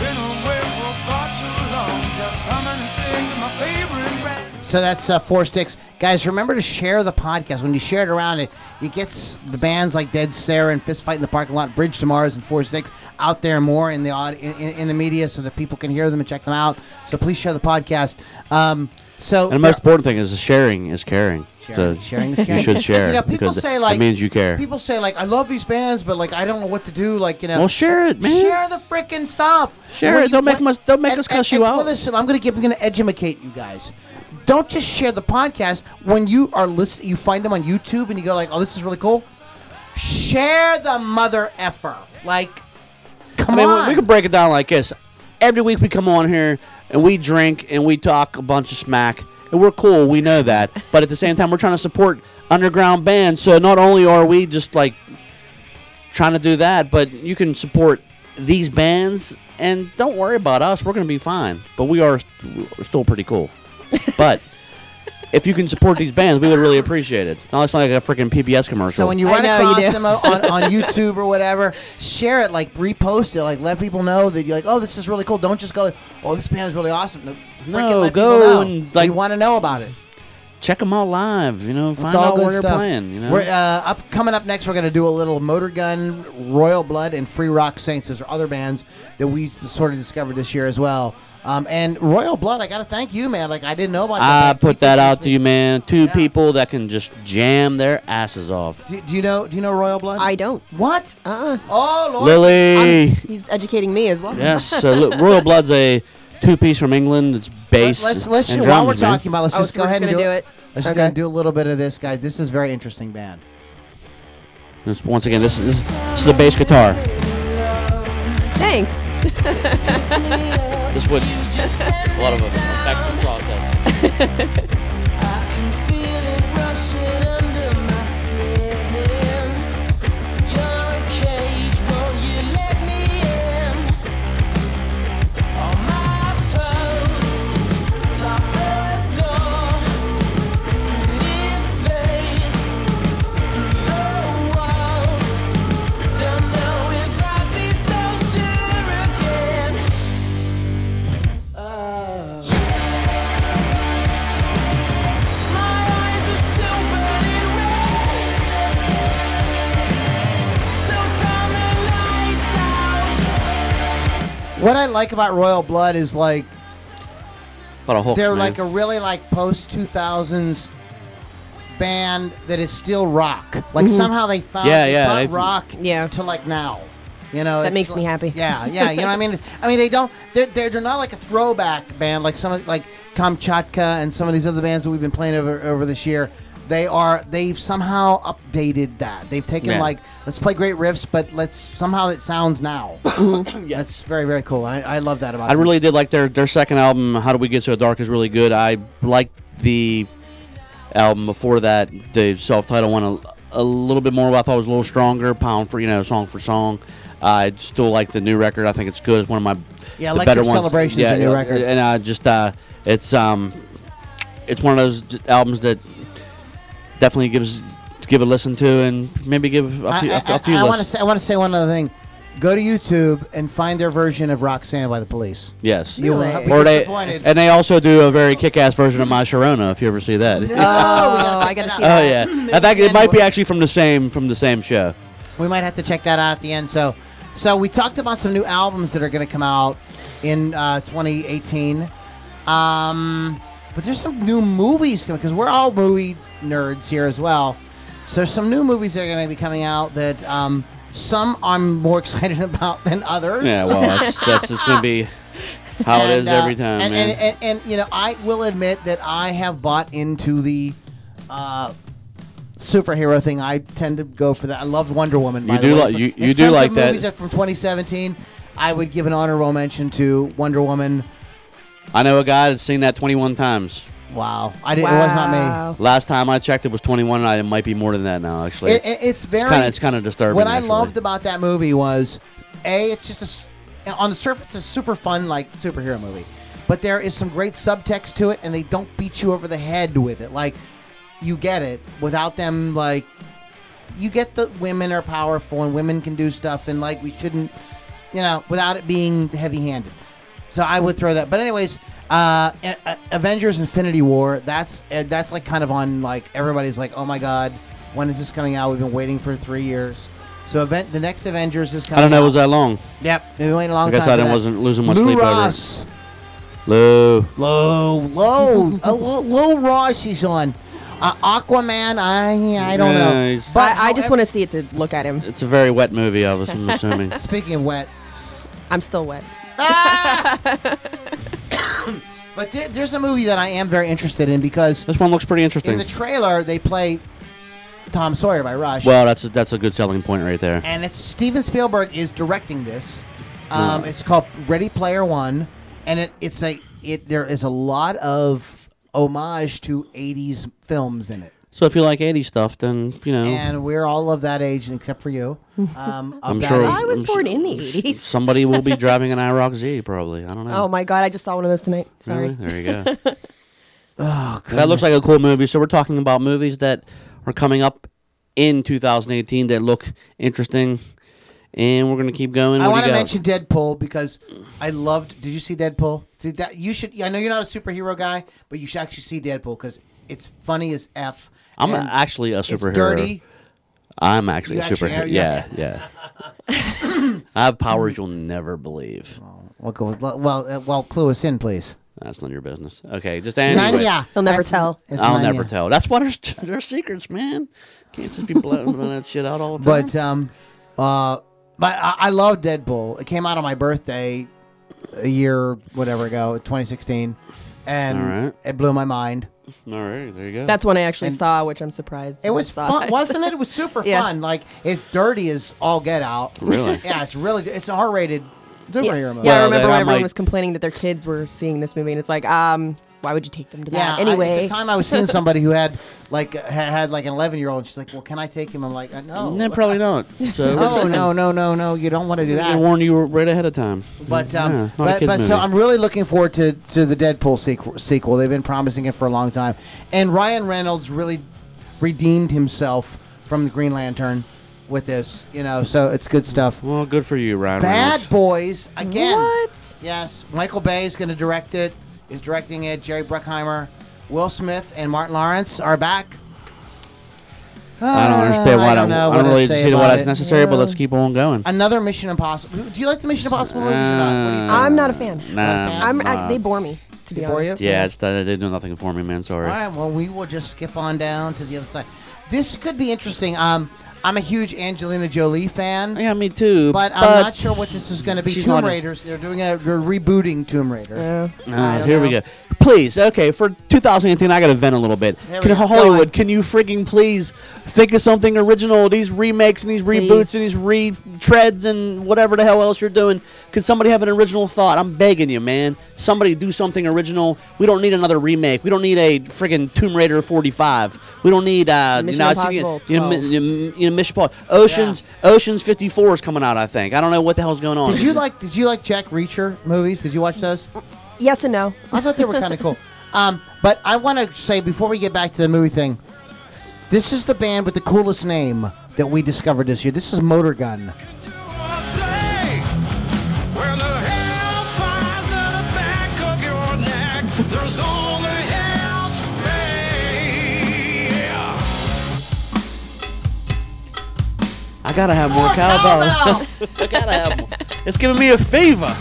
S5: me? Been away for far too long, just humming and singing my favorite rap.
S1: So that's uh, Four Sticks, guys. Remember to share the podcast. When you share it around, it it gets the bands like Dead Sarah and Fist Fight in the Parking Lot, Bridge to Mars, and Four Sticks out there more in the aud- in, in, in the media, so that people can hear them and check them out. So please share the podcast. Um, so
S2: And the
S1: there-
S2: most important thing is sharing is caring.
S1: Sharing-
S2: So
S1: sharing is caring.
S2: [laughs] You should share.
S1: You know, people
S2: because
S1: say, like-
S2: that means you care.
S1: People say like, I love these bands, but like, I don't know what to do. Like, you know,
S2: well, share it, man.
S1: Share the freaking stuff.
S2: Share
S1: When
S2: it. Don't make
S1: when-
S2: us- don't make
S1: and-
S2: us cuss
S1: and-
S2: you
S1: and-
S2: out.
S1: Well, listen, I'm gonna give. I'm gonna educate you guys. Don't just share the podcast when you are list. You find them on YouTube and you go like, "Oh, this is really cool." Share the mother effer. Like,
S2: I
S1: come
S2: mean,
S1: on.
S2: we, we can break it down like this. Every week we come on here and we drink and we talk a bunch of smack and we're cool. We know that, but at the same time, we're trying to support underground bands. So not only are we just like trying to do that, but you can support these bands and don't worry about us. We're going to be fine. But we are st- we're still
S1: [laughs]
S2: pretty cool. But if you can support these bands, we would really appreciate it. Now it's like a freaking PBS commercial.
S1: So when you
S3: I
S1: run
S3: know you
S1: across
S3: do.
S1: them o- on,
S2: [laughs]
S1: on YouTube or whatever, share it, like repost it, like let people know that you're like, oh, this is really cool. Don't just go like, oh, this band's really awesome. No, freaking
S2: No,
S1: let
S2: go
S1: people know.
S2: and, like-
S1: we want to know about it.
S2: check them out live, you know,
S1: It's
S2: find
S1: all
S2: out
S1: good
S2: where they're
S1: stuff.
S2: playing. You know,
S1: We're, uh, up coming up next. We're gonna do a little Motor Gun, Royal Blood, and Free Rock Saints. Those are other bands that we sort of discovered this year as well. Um, and Royal Blood, I gotta thank you, man. Like I didn't know about.
S2: I
S1: that. You
S2: put that
S1: introduced
S2: out to
S1: me.
S2: you, man. Two people that can just jam their asses off.
S1: Do, do you know? Do you know Royal Blood?
S3: I don't.
S1: What?
S3: Uh,
S1: Oh Lord.
S2: Lily.
S3: he's educating me as well.
S2: Yes, so look, Royal Blood's a two-piece from England. It's bass
S1: Let's let's
S2: and
S1: ju-
S2: drums,
S1: while we're
S2: man.
S1: talking about, let's
S3: Oh,
S1: just
S3: so
S1: go
S3: we're
S1: ahead
S3: just
S1: and do
S3: gonna do
S1: it.
S3: it?
S1: Let's just
S3: Okay.
S1: go and do a little bit of this, guys. This is a very interesting band.
S2: This- once again, this is this is a bass guitar.
S3: Thanks.
S2: This would a [laughs] lot of affects the process.
S1: What I like about Royal Blood is like
S2: But a hook,
S1: they're
S2: man.
S1: like a really like post two thousands band that is still rock. Like somehow they found
S2: Yeah,
S1: they
S2: yeah,
S1: found
S2: they-
S1: rock
S3: Mm-hmm. Yeah.
S1: to like now. You know,
S3: That
S1: it's
S3: makes me
S1: like-
S3: happy.
S1: Yeah, yeah. You know, what I mean, I mean, they don't. They're, they're they're not like a throwback band like some of like Kamchatka and some of these other bands that we've been playing over over this year. They are they've somehow updated that. They've taken
S2: Yeah.
S1: like let's play great riffs, but let's somehow it sounds
S2: [coughs]
S1: now. That's very very cool. I, I love that about.
S2: I
S1: them.
S2: really did like their their second album. How do we get so dark is really good. I liked the album before that, the self titled one a, a little bit more. I thought it was a little stronger, pound for you know, song for song. I still like the new record. I think it's good. It's one of my
S1: Yeah,
S2: the
S1: Electric
S2: better ones.
S1: Celebration's a new record.
S2: and I just uh, it's um, it's one of those d- albums that definitely gives give a listen to and maybe give a few, a few- a few
S1: want to
S2: listens.
S1: say, I want to say one other thing. Go to YouTube and find their version of Roxanne by the Police.
S2: Yes,
S1: You will not be
S2: or they
S1: disappointed. [laughs]
S2: and they also do a very kick-ass version of My Sharona if you ever see that.
S3: Oh, I gotta see
S2: Oh
S3: that.
S2: yeah, I think it might be actually from the same from the same show.
S1: we might have to check that out at the end. So, so we talked about some new albums that are going to come out in uh, 2018. Um, but there's some new movies coming because we're all movie nerds here as well. So there's some new movies that are going to be coming out that um, some I'm more [laughs] excited about than others.
S2: Yeah,
S1: [laughs]
S2: well, that's, that's just gonna be how it is
S1: uh,
S2: every time,
S1: And,
S2: man.
S1: and, and, and, you know, I will admit that I have bought into the uh, superhero thing. I tend to go for that. I loved Wonder Woman. by
S2: You
S1: the
S2: do
S1: way.
S2: like- you-
S1: In
S2: you do
S1: terms of
S2: like that.
S1: Movies from 2017, I would give an honorable mention to Wonder Woman.
S2: I know a guy that's seen that 21 times.
S1: Wow, I didn't. It was not me.
S3: Wow.
S2: Last time I checked, it was 21, and I- it might be more than that now. Actually,
S1: It, it- it's very.
S2: kinda- it's kinda disturbing,
S1: What I
S2: actually.
S1: loved about that movie was, a, it's just a, s- on the surface, it's a super fun like superhero movie, but there is some great subtext to it, and they don't beat you over the head with it. Like, you get it without them like, you get that women are powerful and women can do stuff, and like we shouldn't, you know, without it being heavy-handed. So I would throw that. But anyways, uh, A- A- Avengers: Infinity War. That's uh, that's like kind of on like everybody's like, oh my god, when is this coming out? We've been waiting for three years. So event the next Avengers is coming.
S2: I don't know.
S1: Out.
S2: Was that long?
S1: Yep, we've been waiting a long
S2: I guess
S1: time.
S2: I
S1: for
S2: didn't-
S1: that.
S2: wasn't losing much
S1: Lou
S2: sleep over it.
S1: Ross.
S2: Lou.
S1: Low, low, [laughs] uh, Lil Lil Ross is on. Uh, Aquaman, I I don't know.
S2: Nice.
S1: But
S3: I, I just
S1: however-
S3: want to see it to look at him.
S2: It's a very wet movie. I was I'm
S1: [laughs]
S2: assuming.
S1: Speaking of wet,
S3: I'm still wet.
S1: but there, there's a movie that I am very interested in because
S2: This one looks pretty
S1: in
S2: interesting.
S1: the trailer they play Tom Sawyer by Rush.
S2: Well, that's a, that's a good selling point right there.
S1: and it's Steven Spielberg is directing this. Um, It's called Ready Player One, and it, it's a it there is a lot of homage to 80s films in it.
S2: So if you like 80 stuff, then, you know.
S1: And we're all of that age, and except for you. Um, of
S2: I'm
S1: that
S2: sure.
S1: age.
S3: I was
S2: I'm
S3: born
S2: su-
S3: in the
S2: s-
S3: 80s.
S2: Somebody will be driving an IROC Z, probably. I don't know.
S3: Oh my god, I just saw one of those tonight. Sorry.
S2: Really? There you go.
S1: [laughs]
S2: oh, that looks like a cool movie. So we're talking about movies that are coming up in 2018 that look interesting, and we're gonna keep going.
S1: I
S2: What
S1: want
S2: do
S1: to
S2: you got?
S1: mention Deadpool because I loved. Did you see Deadpool? See that you should. I know you're not a superhero guy, but you should actually see Deadpool because it's funny as f.
S2: I'm
S1: and
S2: actually a
S1: It's
S2: superhero.
S1: dirty.
S2: I'm actually
S1: You
S2: a
S1: actually are?
S2: superhero. Yeah, yeah.
S1: [laughs]
S2: I have powers you'll never believe.
S1: Well, go, well, uh, well, clue us in, please.
S2: That's none of your business. Okay, just anyway.
S1: Nanya.
S3: He'll never
S1: That's-
S3: tell.
S1: it's
S2: I'll
S1: Nanya.
S2: never tell. That's why there's, [laughs] there's secrets, man. Can't just
S1: [laughs]
S2: be blowing that shit out all the time.
S1: But um, uh, but I, I love Deadpool. It came out on my birthday, a year whatever ago, 2016, and
S2: All right.
S1: it blew my mind.
S2: all right, there you go.
S3: That's one I actually
S1: And-
S3: saw, which I'm surprised.
S1: It
S3: I
S1: was
S3: saw. [laughs]
S1: fun, wasn't it? It was super
S3: Yeah.
S1: fun. Like it's dirty as all get out.
S2: Really?
S1: [laughs] yeah, it's really it's an R-rated
S3: Yeah,
S1: superhero movie.
S3: yeah, I
S2: Well, then
S3: remember when
S2: I
S3: everyone
S2: might-
S3: was complaining that their kids were seeing this movie, and it's like, um, why would you take them to
S1: Yeah,
S3: that
S1: I-
S3: anyway?
S1: at the time I was seeing somebody who had like ha- had like an 11 year old. She's like, "Well, can I take him?" I'm like, uh, "No,
S2: No, probably
S1: [laughs]
S2: not. So
S1: no, Oh, no, no, no, no. You don't want to do
S2: I
S1: that."
S2: warned you right ahead of time.
S1: But um,
S2: Yeah, not a
S1: but,
S2: kid's
S1: but so
S2: movie.
S1: I'm really looking forward to to the Deadpool sequel, sequel. They've been promising it for a long time, and Ryan Reynolds really redeemed himself from the Green Lantern with this. You know, so it's good stuff.
S2: Well, good for you, Ryan.
S1: Bad
S2: Reynolds.
S1: Boys again.
S3: What?
S1: Yes, Michael Bay is going to direct it. Is directing it. Jerry Bruckheimer, Will Smith, and Martin Lawrence are back.
S2: I don't understand
S1: Uh,
S2: why
S1: I don't know what to
S2: really
S1: say
S2: see why
S1: about
S2: that's
S1: it.
S2: necessary, but let's keep on going.
S1: Another Mission Impossible. Do you like the Mission Impossible movies or not?
S2: Uh,
S1: What do you think?
S3: I'm not a fan.
S2: Nah,
S3: I'm,
S2: nah.
S3: I, they bore me, to be
S1: They bore
S3: honest.
S1: you?
S2: yeah, it's that they do nothing for me, man. Sorry.
S1: All right. Well, we will just skip on down to the other side. This could be interesting. Um, I'm a huge Angelina Jolie fan,
S2: Yeah, me too.
S1: but I'm not sure what this is going to be.
S2: she's
S1: Tomb
S2: not a-
S1: Raiders. They're doing a. They're rebooting Tomb Raider.
S2: Uh, here we go. Please, okay, for 2018, I got to vent a little bit.
S1: Here we
S2: Can
S1: go.
S2: Hollywood, can you freaking please think of something original? These remakes and these reboots
S3: Please.
S2: and these retreads and whatever the hell else you're doing. Could somebody have an original thought? I'm begging you, man. Somebody do something original. We don't need another remake. We don't need a friggin' Tomb Raider 45. We don't need uh, you
S3: Mission
S2: know, I see-
S3: Impossible
S2: you know,
S3: 12.
S2: you know, you know, Mission Impossible. Oceans, Oceans 54 is coming out. I think. I don't know what the hell's going on.
S1: Did you like? Did you like Jack Reacher movies? Did you watch those?
S3: Yes and no.
S1: I thought they were kind of cool. Um, but I want to say before we get back to the movie thing, this is the band with the coolest name that we discovered this year. This is Motor Gun.
S5: There's only hell to pay. Yeah.
S2: I gotta have more cowbell. [laughs] I gotta have more. It's giving me a fever.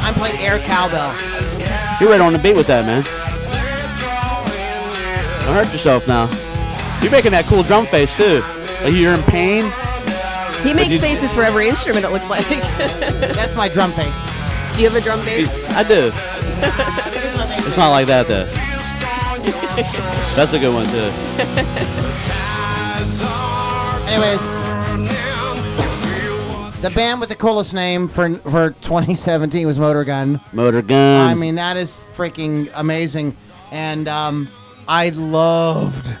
S1: I'm playing air cowbell.
S2: You're right on the beat with that, man. Don't hurt yourself now. You're making that cool drum face too. Like you're in pain.
S3: He makes
S2: you-
S3: faces for every instrument, it looks like. [laughs]
S1: That's my drum face.
S3: Do you have a drum bass?
S2: I do. It's not like that though. [laughs] That's a good one too.
S1: Anyways, the band with the coolest name for for 2017 was Motor Gun.
S2: Motor gun.
S1: I mean, that is freaking amazing, and um, I loved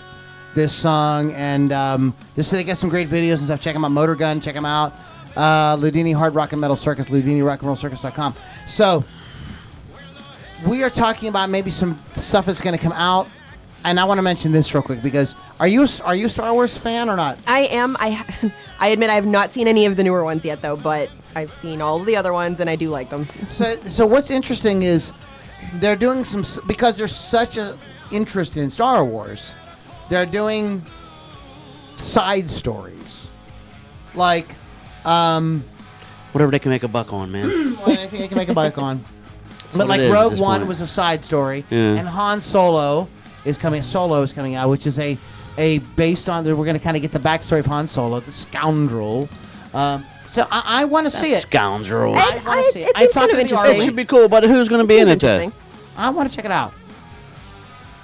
S1: this song. And um, this they got some great videos and stuff. Check them out, Motor Gun. Check them out, uh, Ludini Hard Rock and Metal Circus, Ludini Rock and Roll Circus.com. So we are talking about maybe some stuff that's going to come out. And I want to mention this real quick because are you are you a Star Wars fan or not?
S3: I am. I, [laughs] I admit I have not seen any of the newer ones yet, though, but I've seen all of the other ones, and I do like them.
S1: So, so what's interesting is they're doing some s- because there's such a interest in Star Wars. They're doing side stories, like um,
S2: Whatever they can make a buck on, man.
S1: well, I think I can make a bike
S2: [laughs]
S1: on.
S2: what
S1: but like
S2: it is at
S1: Rogue
S2: this
S1: One
S2: point.
S1: was a side story,
S2: Yeah.
S1: and Han Solo is coming. Solo is coming out, which is a a based on. We're going to kind of get the backstory of Han Solo, the scoundrel. Um, so I, I want to see it.
S2: Scoundrel.
S1: I want to
S3: I-
S1: see
S3: it
S1: it.
S3: seems
S1: It's not
S3: kind
S1: going
S3: of
S1: to be
S3: interesting.
S2: It
S1: R-rated.
S2: should be cool, but who's gonna be in
S3: It's
S2: it though?
S3: interesting.
S1: I want to check it out.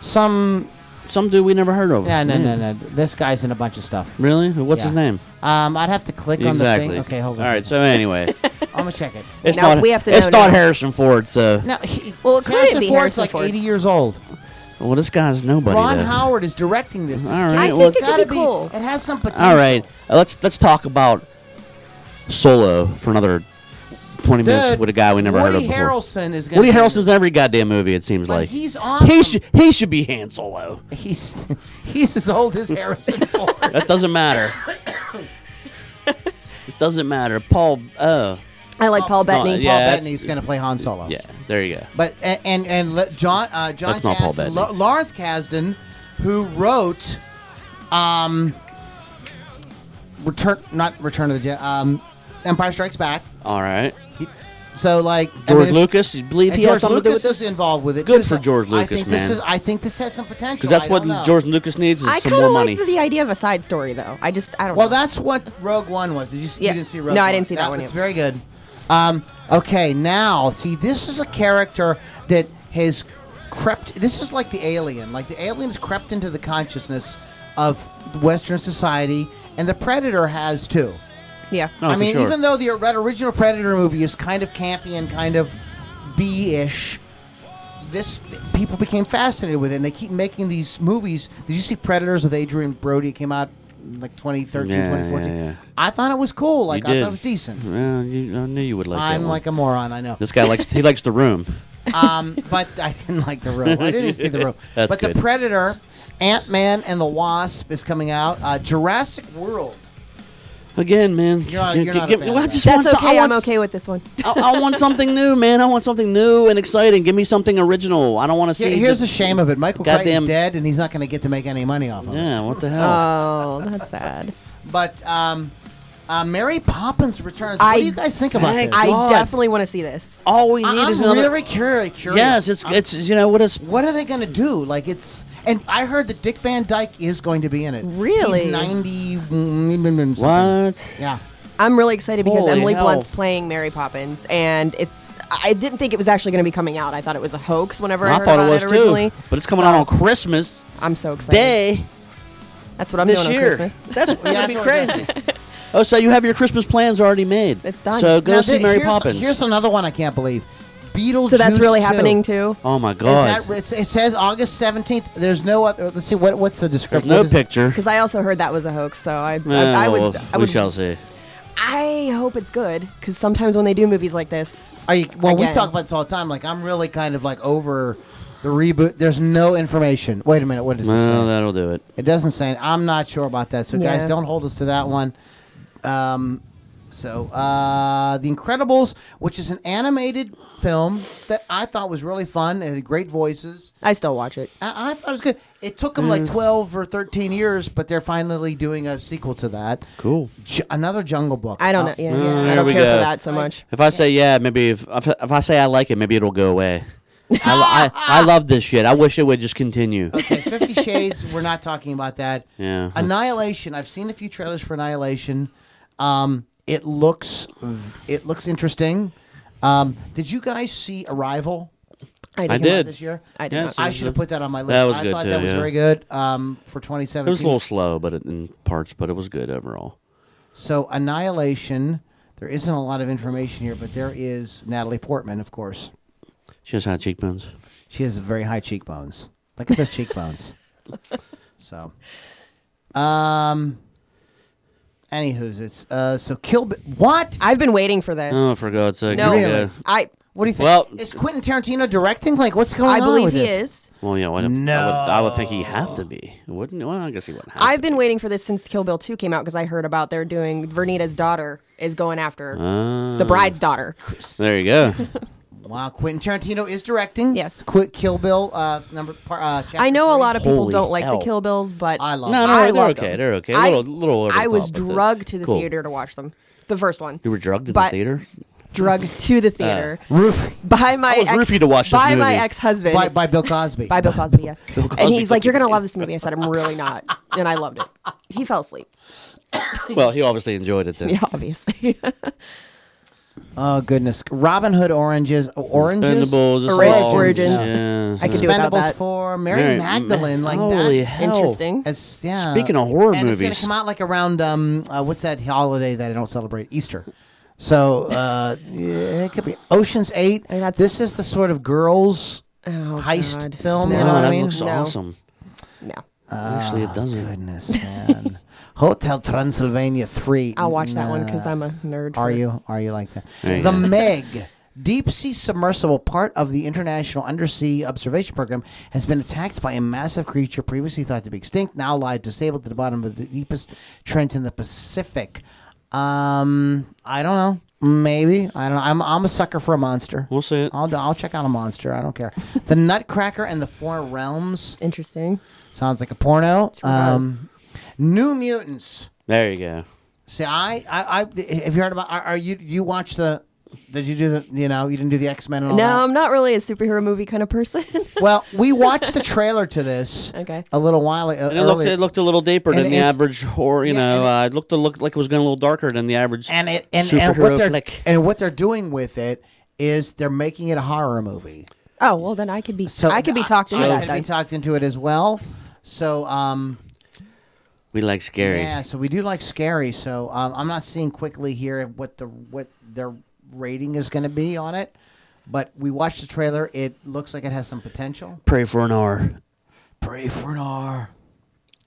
S1: Some
S2: some dude we never heard of.
S1: Yeah, no,
S2: Man.
S1: no, no. This guy's in a bunch of stuff.
S2: Really? What's his
S1: Yeah.
S2: name?
S1: Um, I'd have to click on the
S2: exactly.
S1: thing. Okay, hold on.
S2: All right. So anyway,
S1: [laughs] I'm gonna check it.
S2: it's
S3: Now
S2: not
S3: we have to
S2: it's
S3: know
S2: not
S3: now.
S2: Harrison Ford. So
S1: No, he,
S3: Well, it couldn't
S1: Harrison
S3: be
S1: Ford's
S3: Harrison
S1: like
S3: Ford.
S1: 80 years old.
S2: well, this guy's nobody.
S1: Ron
S2: then.
S1: Howard is directing this. This
S2: All right,
S1: kid-
S2: I
S1: it's
S2: think it
S3: could
S1: gotta
S3: be cool.
S1: It has some potential.
S2: All right. uh, Let's let's talk about Solo for another twenty minutes
S1: Dude,
S2: with a guy we never
S1: Woody
S2: heard of before.
S1: Harrelson is gonna
S2: Woody
S1: be in
S2: Harrelson's
S1: this.
S2: every goddamn movie. It seems
S1: But
S2: like
S1: he's awesome.
S2: He should he should be Han Solo.
S1: [laughs] He's he's as old as
S2: [laughs]
S1: Harrison Ford.
S2: That doesn't
S1: [coughs]
S2: matter. it doesn't matter. Paul. Uh,
S3: I like Paul
S1: it's
S2: not-
S3: Bettany.
S2: yeah.
S1: Paul
S2: that's-
S1: Bettany's going to play Han Solo.
S2: yeah. There you go.
S1: But a- and and le- John uh, John
S2: That's not Paul
S1: Kasdan,
S2: Bettany.
S1: Lo- Lawrence Kasdan, who wrote, um, Return not Return of the Jedi, um, Empire Strikes Back.
S2: All right.
S1: So like I mean,
S2: George
S1: it's-
S2: Lucas. You believe
S1: and
S2: he
S1: George
S2: has something
S1: Lucas
S2: to do with
S1: is involved with it.
S2: Good
S1: too,
S2: for George
S1: I think
S2: Lucas,
S1: this
S2: man.
S1: is. I think this has some potential.
S2: Because that's
S1: I
S2: what
S1: don't know.
S2: George Lucas needs is
S3: I
S2: some
S3: kind
S2: more
S3: of
S2: money.
S3: like the, the idea of a side story, though. I just I don't.
S1: Well,
S3: know.
S1: that's what Rogue One was. Did you, see
S3: Yeah.
S1: you didn't see Rogue
S3: No, I
S1: One?
S3: didn't see that one
S1: It's
S3: either.
S1: very good. Um, okay, now see, this is a character that has crept. This is like the alien. Like the aliens crept into the consciousness of Western society, and the Predator has too.
S3: yeah.
S2: No,
S1: I
S2: Oh, for
S1: mean,
S2: sure.
S1: even though the or- that original Predator movie is kind of campy and kind of B-ish, this people became fascinated with it, and they keep making these movies. Did you see Predators with Adrian Brody? It came out in, like 2013,
S2: Yeah,
S1: 2014.
S2: yeah, yeah.
S1: I thought it was cool.
S2: You
S1: Like I
S2: did.
S1: thought it was decent.
S2: Well, you, I knew you would like that.
S1: I'm
S2: one.
S1: like a moron. I know.
S2: this guy likes he likes the room. [laughs]
S1: Um, but I didn't like the room. I didn't even see the room.
S2: That's
S1: but
S2: good.
S1: the Predator, Ant Man, and the Wasp is coming out. Uh, Jurassic World.
S2: Again, man.
S1: You're not-
S2: Give-
S1: you're not a
S2: give-
S1: fan
S2: well, I
S1: of
S2: just want
S3: That's
S2: some- I
S3: okay. I'm
S2: want s-
S3: okay with
S2: [laughs]
S3: this one.
S2: I, I want something new, man. I want something new and exciting. Give me something original. I don't want to see.
S1: Yeah, here's
S2: just-
S1: the shame of it. Michael
S2: Goddamn-
S1: Crichton's dead, and he's not going to get to make any money off of it.
S2: Yeah, what the hell?
S3: Oh,
S2: [laughs]
S3: that's sad.
S1: But um, uh, Mary Poppins returns.
S3: I-
S1: what do you guys think about
S2: Thank
S1: this?
S3: I
S2: God.
S3: definitely want to see this.
S2: All we
S1: I-
S2: need
S1: I'm
S2: is another.
S1: really curi- curious.
S2: yes, it's
S1: I'm-
S2: it's you know what is
S1: what are they going to do? Like it's and I heard that Dick Van Dyke is going to be in it.
S3: Really?
S1: He's ninety. mm, mm, mm, something.
S2: what? [laughs]
S1: Yeah.
S3: I'm really excited because
S2: Holy
S3: Emily
S2: hell.
S3: Blunt's playing Mary Poppins, and it's. I didn't think it was actually going to be coming out. I thought it was a hoax. Whenever I,
S2: I
S3: heard
S2: thought it
S3: about
S2: was
S3: originally,
S2: too, but it's coming
S3: So,
S2: out on Christmas
S3: I'm so excited.
S2: Day
S3: That's what I'm
S2: this
S3: doing
S2: year.
S3: on Christmas.
S2: That's gonna be
S1: that's what I'm
S2: crazy. oh, so you have your Christmas plans already made?
S3: It's done.
S2: So go
S1: Now,
S2: see
S1: thi-
S2: Mary
S1: here's,
S2: Poppins.
S1: Here's another one I can't believe. Beetlejuice.
S3: So that's really
S1: 2.
S3: happening too.
S2: oh my
S1: Is
S2: God!
S1: that- it's- it says August seventeenth. There's no. Other, let's see. What what's the
S2: There's
S1: description?
S2: no
S1: What is it?
S2: picture.
S3: Because I also heard that was a hoax. So I,
S2: Eh,
S3: I, I would.
S2: well,
S3: I
S2: we
S3: would.
S2: shall see.
S3: I hope it's good. Because sometimes when they do movies like this,
S1: Are you, well, we
S3: Again.
S1: talk about this all the time. Like, I'm really kind of like over the reboot. There's no information. Wait a minute. What does this
S2: Well,
S1: say?
S2: that'll do it.
S1: It doesn't say. I'm not sure about that. So, guys,
S3: Yeah.
S1: don't hold us to that one. Um, so, uh, The Incredibles, which is an animated film that I thought was really fun. It had great voices.
S3: I still watch it.
S1: I, I thought it was good. It took them
S2: Mm.
S1: like 12 or 13 years, but they're finally doing a sequel to that.
S2: Cool.
S1: Ju- another Jungle Book.
S3: I don't
S1: Uh,
S3: know. Yeah,
S2: yeah,
S3: I
S2: there
S3: don't
S2: we
S3: care
S2: go.
S3: for that so much.
S2: If I say yeah, maybe if if, if I say I like it, maybe it'll go away. I, I, I
S3: [laughs]
S2: love this shit. I wish it would just continue.
S1: Okay, Fifty Shades. We're not talking about that.
S2: Yeah.
S1: Annihilation. I've seen a few trailers for Annihilation. Um, it looks v- it looks interesting. Um, did you guys see Arrival?
S2: I
S3: I
S1: Came out
S2: did.
S1: this year.
S3: I did.
S2: Yes,
S3: not.
S1: I should have put that on my list.
S2: That was
S1: I
S2: good
S1: thought
S2: too,
S1: that was
S2: yeah.
S1: very good um, for 2017.
S2: It was a little slow, but it, in parts, but it was good overall.
S1: so Annihilation. There isn't a lot of information here, but there is Natalie Portman, of course.
S2: She has high cheekbones.
S1: She has very high cheekbones. Look at those cheekbones.
S3: [laughs]
S1: So, um, anywho's it's uh, so kill. Bi- What?
S3: I've been waiting for this.
S2: Oh, for God's sake! here
S3: no,
S2: we
S1: Really?
S2: go.
S3: I.
S1: What do you think?
S2: Well-
S1: is Quentin Tarantino directing? Like, what's going
S3: I
S1: on?
S3: believe
S1: with
S3: he
S1: this?
S3: is.
S2: Well, yeah. Why not? I would, I would think he have to be. Wouldn't? Well, I guess he wouldn't. Have
S3: I've
S2: to
S3: been waiting for this since Kill Bill 2 came out because I heard about they're doing Vernita's daughter is going after
S2: Ah.
S3: the bride's daughter.
S2: There you
S3: [laughs]
S2: go.
S1: Wow, Quentin Tarantino is directing.
S3: Yes.
S1: Quit Kill Bill. Uh, number. par- Uh, chapter
S3: I know a
S1: three.
S3: lot of people
S2: Holy
S3: don't like
S2: hell.
S3: the Kill Bills, but
S1: I love.
S2: No,
S1: it.
S2: no,
S3: I
S2: they're
S3: loved
S2: okay.
S3: them.
S2: They're okay.
S3: I-
S2: little, little over the
S3: I was
S2: top, but they're-
S3: drugged to the
S2: cool.
S3: theater to watch them. The first one.
S2: You were Uh. drugged to the
S3: But- [laughs]
S2: theater.
S3: Drugged
S2: [laughs]
S3: to the theater
S1: Roof
S3: by my
S2: I was
S3: ex-
S2: roofied to watch this
S3: by my
S2: movie.
S3: ex husband
S1: by, by Bill Cosby.
S3: Bill
S2: [laughs]
S3: Cosby. Yeah, and
S2: Cosby
S3: he's like,
S2: took
S3: "You're
S2: the
S3: gonna love this movie." I said, "I'm
S2: [laughs]
S3: really not," and I loved it. He fell asleep.
S1: [laughs]
S2: Well, he obviously enjoyed it then.
S3: Yeah, obviously.
S1: Oh goodness, Robin Hood oranges, oranges,
S2: Expendables, it's
S3: Orange
S2: all-
S3: origin.
S2: Yeah.
S3: I could do without
S1: Expendables
S3: that.
S1: for Mary
S2: Mary-
S1: Magdalene, like
S2: Holy
S1: that.
S2: hell.
S3: Interesting.
S1: It's, yeah.
S2: Speaking of horror
S1: and it's gonna
S2: movies.
S1: come out like around um, uh, what's that holiday that I don't celebrate? Easter. So uh, yeah, it could be Ocean's Eight.
S3: Hey, that's-
S1: this is the sort of
S3: [sighs]
S1: girls
S3: Oh,
S1: heist
S3: God.
S1: film.
S2: Oh,
S1: You know what I
S2: that
S1: mean?
S2: looks
S3: No.
S2: awesome.
S3: No.
S2: Actually,
S1: Ah,
S2: it doesn't.
S1: Goodness, man. Hotel Transylvania three.
S3: I'll watch that one because
S1: Nah.
S3: I'm a nerd.
S1: Are
S3: for-
S1: you? Are you like that?
S2: Yeah.
S1: The Meg, deep sea submersible, part of the International Undersea Observation Program, has been attacked by a massive creature previously thought to be extinct, now lies disabled to the bottom of the deepest trench in the Pacific. Um, I don't know. Maybe I don't. know. I'm I'm a sucker for a monster.
S2: We'll see it.
S1: I'll I'll check out a monster. I don't care. the Nutcracker and the Four Realms
S3: Interesting.
S1: sounds like a porno.
S3: Sure does.
S1: Um, New Mutants.
S2: There you go.
S1: See, I, I, I, have you heard about? Are, are you you watch the? Did you do the? You know, you didn't do the X Men and all
S3: No,
S1: that.
S3: I'm not really a superhero movie kind of person. [laughs]
S1: Well, we watched the trailer to this.
S3: Okay.
S1: A little while uh, ago.
S2: And it looked, it looked a little deeper
S1: And
S2: than the
S1: it's-
S2: average horror, you
S1: Yeah,
S2: know.
S1: and it-
S2: uh, it looked to look like it was going a little darker than the average
S1: and it and,
S2: superhero
S1: and what they're
S2: flick.
S1: and what they're doing with it is they're making it a horror movie.
S3: oh well, then I could be. I could be talked
S1: I,
S3: into that.
S1: could be
S3: Then.
S1: talked into it as well. So um
S2: We like scary.
S1: yeah, so we do like scary. So um, I'm not seeing quickly here what the what their rating is going to be on it, but we watched the trailer. It looks like it has some potential.
S2: Pray for an R.
S1: Pray for an R.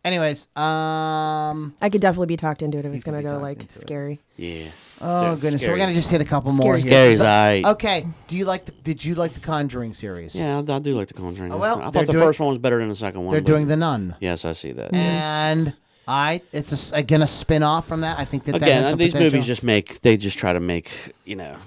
S1: Anyways, um,
S3: I could definitely be talked into it if it's
S1: could
S3: gonna
S1: be
S3: go
S1: talked
S3: like
S1: into it.
S3: scary.
S2: Yeah.
S1: oh goodness, so we're gonna just hit a couple more.
S3: Scary.
S1: Here.
S2: Scary's alright.
S1: Okay, do you like? The, did you like the Conjuring series?
S2: Yeah, I, I do like the Conjuring.
S1: Oh, well,
S2: I
S1: they're
S2: thought the
S1: doing-
S2: first one was better than the second one.
S1: they're
S2: but-
S1: doing the Nun,
S2: Yes, I see that.
S1: and I. It's a s again a spin off from that. I think that that
S2: Again,
S1: has some
S2: these
S1: potential.
S2: movies just make they just try to make you know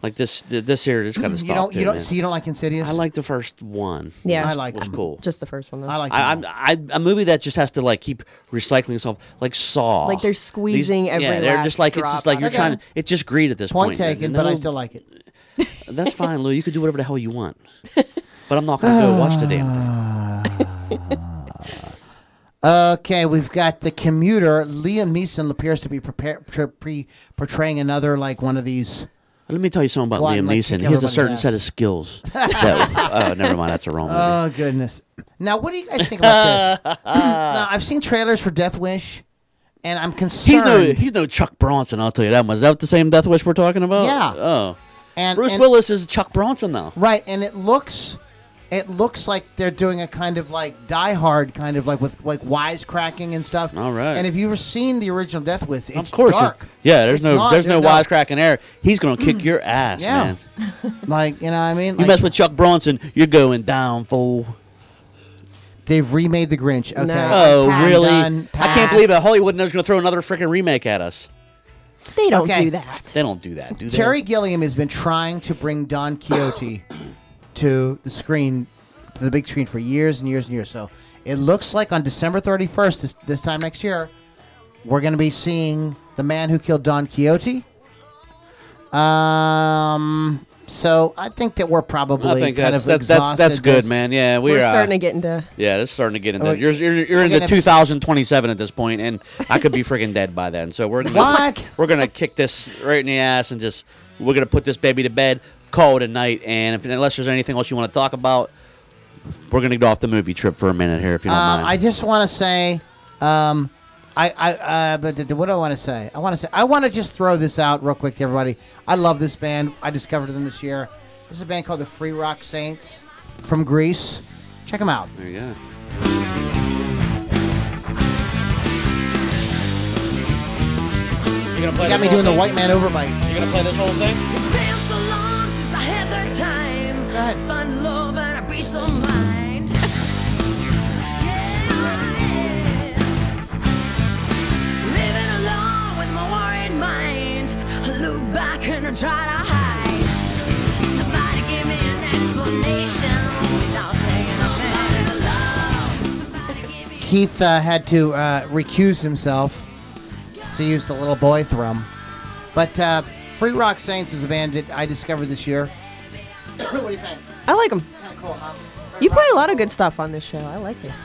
S2: like this th- this here just kind of
S1: you don't you don't so you don't like Insidious.
S2: I like the first one.
S3: Yeah.
S1: I like
S2: It was
S1: them.
S2: cool.
S3: Just the first one. Though.
S1: I like.
S2: I,
S1: them.
S2: I, I, a movie that just has to like keep recycling itself, like Saw.
S3: Like, they're
S2: These-
S3: squeezing every
S2: Yeah, they're
S3: last
S2: just like it's just
S3: drop
S2: like
S3: out
S2: you're
S1: of it.
S2: trying. to It's just greed at this
S1: Point
S2: point.
S1: taken,
S2: And
S1: but I
S2: that'll-
S1: still like it. [laughs]
S2: That's fine, Lou. You can do whatever the hell you want. But I'm not gonna go watch the damn
S1: [laughs]
S2: thing.
S1: Okay, we've got the commuter. Liam Neeson appears to be prepare, pre, pre, portraying another like one of these.
S2: Let me tell you something about
S1: Go out and,
S2: Liam
S1: like,
S2: Neeson.
S1: kick
S2: He has a
S1: everybody's
S2: certain
S1: ass.
S2: set
S1: [laughs]
S2: of skills. that, oh, never mind. That's a wrong movie.
S1: Oh goodness! Now, what do you guys think about
S2: [laughs]
S1: this? now, I've seen trailers for Death Wish, and I'm concerned.
S2: he's no he's no Chuck Bronson. I'll tell you that much. Is that the same Death Wish we're talking about?
S1: Yeah.
S2: Oh,
S1: and,
S2: Bruce
S1: and-
S2: Willis is Chuck Bronson now.
S1: right? And it looks, it looks like they're doing a kind of like Die Hard kind of like with like wisecracking and stuff.
S2: All right.
S1: And if you've ever seen the original Death Wish, it's
S2: Of course.
S1: dark.
S2: Yeah. There's
S1: It's
S2: no
S1: not-
S2: there's no
S1: dark.
S2: wisecracking there. He's gonna
S1: [clears throat]
S2: kick your ass,
S1: Yeah.
S2: man.
S1: Like you know, what I mean,
S2: You
S1: Like,
S2: mess with Chuck Bronson, you're going down, fool.
S1: they've remade the Grinch. Okay.
S3: No.
S2: Oh,
S3: Pass.
S2: really?
S1: Done.
S2: I can't
S1: Pass.
S2: believe that Hollywood knows going to throw another freaking remake at us.
S3: they don't
S1: okay.
S3: do that.
S2: They don't do that, do they?
S1: Terry Gilliam has been trying to bring Don Quixote [coughs] to the screen, to the big screen for years and years and years. So it looks like on December 31st, this, this time next year, we're going to be seeing The Man Who Killed Don Quixote. Um, so I think that we're probably
S2: I think
S1: kind
S2: that's
S1: of
S2: that's, that's that's
S1: exhausted
S2: good,
S1: this.
S2: man. Yeah, we're,
S3: We're
S2: uh,
S3: starting to get into.
S2: yeah, it's starting to get into
S1: Wait.
S2: you're you're, you're into
S1: gonna have s-
S2: 2027 at this point, and I could be freaking dead by then. So we're gonna
S1: What?
S2: we're gonna kick this right in the ass and just we're gonna put this baby to bed, call it a night, and if, unless there's anything else you want to talk about, we're gonna get off the movie trip for a minute here, if you don't
S1: Um,
S2: mind.
S1: I just want to say, um, I, I, uh, but th- th- what do I want to say? I want to say, I want to just throw this out real quick to everybody. I love this band. I discovered them this year. This is a band called the Free Rock Saints from Greece. Check them out.
S2: there you go. You gonna play
S1: They got me doing the white man overbite.
S2: You gonna play this whole thing?
S4: It's been so long since I had the time.
S1: Go ahead.
S4: Find love and a peace of mind. [laughs] yeah. Living alone with my worried mind. I look back and I try to hide. Somebody give me an explanation. I'll take somebody alone. Somebody give me.
S1: Keith uh, had to uh, recuse himself to use the little boy thrum. But uh, Free Rock Saints is a band that I discovered this year. [coughs] what do you think?
S3: I like them.
S1: Kind of cool, huh?
S3: You play a lot of good stuff on this show. I like this.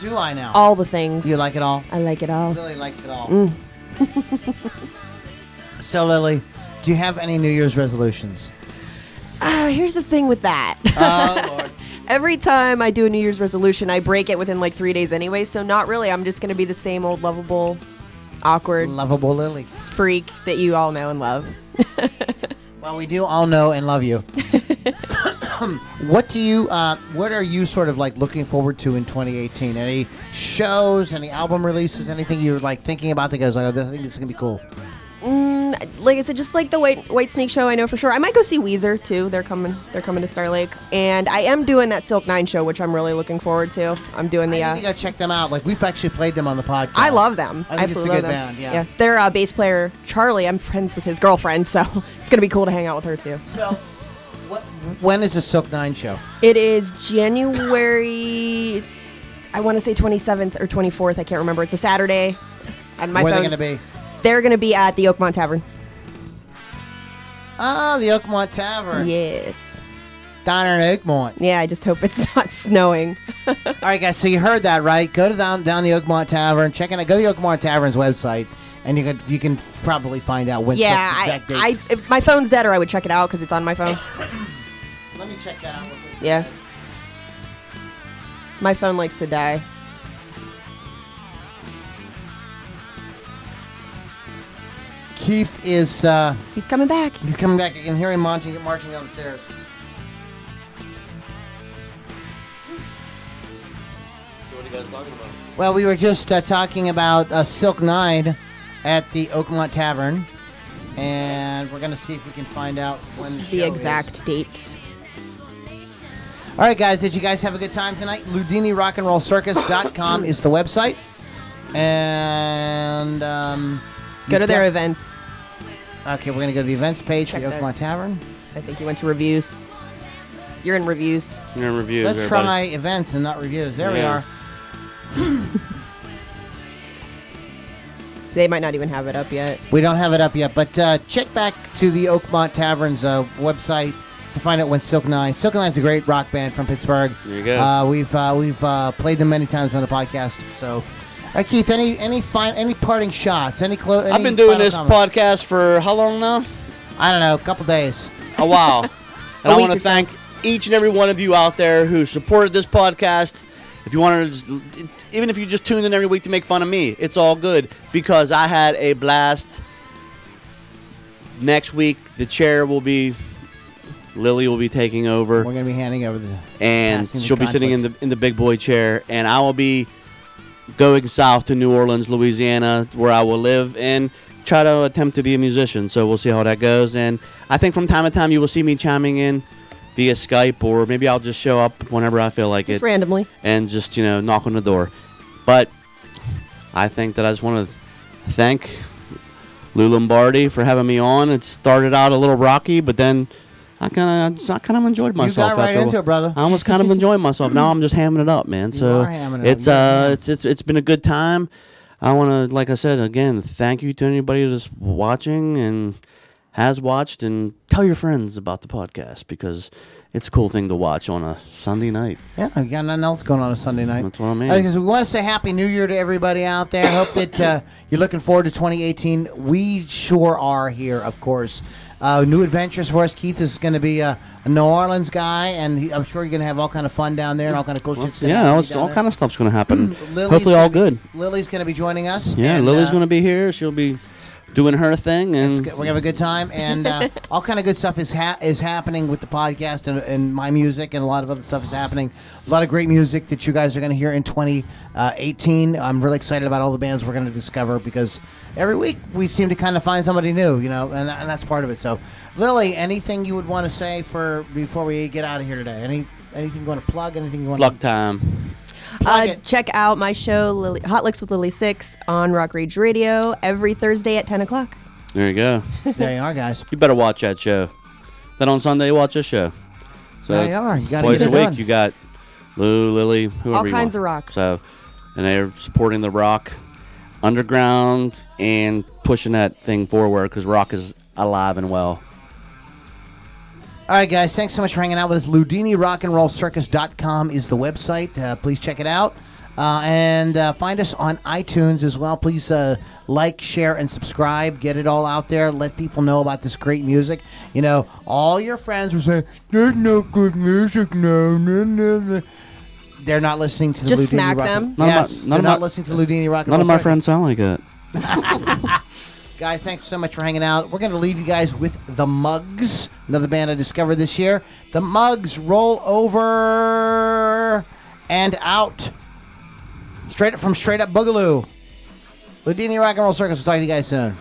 S1: Do I now?
S3: All the things.
S1: You like it all?
S3: I like it all.
S1: Lily likes it all. [laughs] so, Lily, Do you have any New Year's
S3: [laughs]
S1: resolutions?
S3: Ah, here's the thing with that.
S1: Oh, Lord.
S3: [laughs] Every time I do a New Year's resolution, I break it within like three days anyway. So not really. I'm just gonna be the same old lovable, awkward
S1: Lovable Lily.
S3: freak that you all know and love.
S1: Well, we do all know and love
S3: [laughs]
S1: you. what do you? Uh, what are you sort of like looking forward to in 2018? Any shows? Any album releases? Anything you're like thinking about that goes like, oh, this, I think this is gonna be cool.
S3: like I said, just like the White White Snake show, I know for sure. I might go see Weezer too. They're coming. They're coming to Star Lake, and I am doing that Silk Nine show, which I'm really looking forward to. I'm doing the.
S1: You
S3: Uh,
S1: need to go check them out. Like we've actually played them on the podcast.
S3: I love them.
S1: I think it's a
S3: absolutely
S1: good
S3: love them.
S1: band, yeah.
S3: their uh, bass player Charlie. I'm friends with his girlfriend, so [laughs] it's gonna be cool to hang out with her too.
S1: So, what, when is the Silk Nine show?
S3: It is January. I want to say 27th or 24th. I can't remember. It's a Saturday. And my
S1: Where are
S3: phone,
S1: they gonna be?
S3: They're gonna be at the Oakmont Tavern.
S1: Ah, the Oakmont Tavern.
S3: Yes.
S1: Down in Oakmont.
S3: Yeah. I just hope it's [laughs] not snowing.
S1: All right, guys. So you heard that, right? Go to down down the Oakmont Tavern. Check it out. Go to the Oakmont Tavern's website, and you can you can probably find out when.
S3: Yeah,
S1: the
S3: I,
S1: exact date.
S3: I if my phone's dead or I would check it out because it's on
S1: [laughs]
S3: my phone.
S1: Let me check that out. Real quick.
S3: Yeah. My phone likes to die.
S1: Keith is uh,
S3: He's coming back.
S1: he's coming back. I can hear him marching marching down the stairs. Well, we were just uh, talking about uh, Silk Nine at the Oakmont Tavern, and we're gonna see if we can find out when the, show
S3: The
S1: is.
S3: exact date.
S1: All right, guys, did you guys have a good time tonight? LudiniRockAndRollCircus.com is the website, and um,
S3: Go
S1: you
S3: to their
S1: def-
S3: events.
S1: Okay, we're gonna go to the events page for
S3: Check
S1: the
S3: that.
S1: Oakmont Tavern.
S3: I think you went to reviews. You're in reviews.
S2: Your reviews.
S1: Let's
S2: everybody.
S1: try events and not reviews. There we
S2: Yeah.
S1: are.
S3: They might not even have it up yet.
S1: We don't have it up yet, but uh, check back to the Oakmont Tavern's uh, website to find out when Silk Nine. Silk Nine's a great rock band from Pittsburgh.
S2: There you go.
S1: Uh, we've uh, we've uh, played them many times on the podcast. So, all right, Keith, any any fine any parting shots? Any close?
S2: I've been doing this podcast for how long now?
S1: I don't know, a couple days.
S3: [laughs]
S2: a while. And I
S3: week
S2: want
S3: or
S2: to
S3: so.
S2: thank each and every one of you out there who supported this podcast. If you wanted to, just, even if you just tuned in every week to make fun of me, it's all good because I had a blast. Next week, the chair will be, Lily will be taking over
S1: We're gonna be handing over the
S2: and
S1: passing the
S2: she'll be sitting in the
S1: conflict.
S2: in the big boy chair, and I will be going south to New Orleans, Louisiana, where I will live and try to attempt to be a musician. So we'll see how that goes. And I think from time to time you will see me chiming in via Skype, or maybe I'll just show up whenever I feel like
S3: Just
S2: it,
S3: randomly.
S2: and just you know knock on the door. But I think that I just want to thank Lou Lombardi for having me on. It started out a little rocky, but then. I kind of, I kind of enjoyed myself.
S1: got right
S2: after a wh-
S1: into it, brother.
S2: I almost kind of enjoying myself. Now I'm just hamming it up, man. So
S1: are hamming it
S2: it's
S1: up.
S2: uh, it's it's it's been a good time. I want to, like I said again, thank you to anybody that's watching and has watched, and tell your friends about the podcast because it's a cool thing to watch on a Sunday night.
S1: Yeah, we got nothing else going on a Sunday night.
S2: That's what I mean.
S1: Because we want to say Happy New Year to everybody out there. Hope that uh, you're looking forward to 2018. We sure are here, of course. Uh, new adventures for us. Keith is going to be uh, a New Orleans guy, and he, I'm sure you're going to have all kind of fun down there and all kind of cool shit's going
S2: yeah, all, all kind of stuff's gonna happen.
S1: [clears throat] Lily's
S2: Hopefully, all
S1: gonna
S2: good.
S1: be- Lily's going to be joining us.
S2: Yeah,
S1: and,
S2: Lily's
S1: uh,
S2: gonna be here. She'll be doing her thing,
S1: it's
S2: and
S1: good- We're gonna have a good time, and uh, all kind of good stuff is ha- is happening with the podcast and, and my music, and a lot of other stuff is happening. A lot of great music that you guys are gonna hear in 2018. I'm really excited about all the bands we're gonna discover because every week we seem to kind of find somebody new, you know, and, and that's part of it. So, Lily, anything you would want to say for before we get out of here today? Any anything you want to plug? Anything you want?
S2: luck time.
S1: Plug
S3: uh,
S1: it.
S3: check out my show Lily, Hot Licks with Lily Six on Rock Rage Radio every Thursday at 10 o'clock.
S2: There you go.
S1: There you are, guys.
S2: You better watch that show. Then on Sunday, watch this show. So
S1: There you are. You gotta
S2: twice
S1: get
S2: a
S1: it
S2: week.
S1: done.
S2: You got Lou, Lily, whoever.
S3: All
S2: you
S3: kinds
S2: want.
S3: of rock.
S2: So, and they're supporting the rock underground and pushing that thing forward because rock is alive and well.
S1: All right, guys, thanks so much for hanging out with us. LudiniRockAndRollCircus.com is the website. Uh, please check it out. Uh, and uh, find us on iTunes as well. Please uh, like, share, and subscribe. Get it all out there. Let people know about this great music. You know, all your friends were saying, "There's no good music now." No, no, no." They're not listening to the
S3: Just
S1: Ludini
S3: smack
S1: Rock-
S3: them.
S2: None of my-
S1: yes,
S2: none of
S1: they're
S2: my-
S1: not listening to Ludini Rock. and
S2: None of
S1: Roll
S2: my
S1: Circus.
S2: friends sound like that.
S1: Guys, thanks so much for hanging out. We're going to leave you guys with The Mugs, another band I discovered this year. The Mugs roll over and out. Straight up from Straight Up Boogaloo. Ludini Rock and Roll Circus. We'll talk to you guys soon.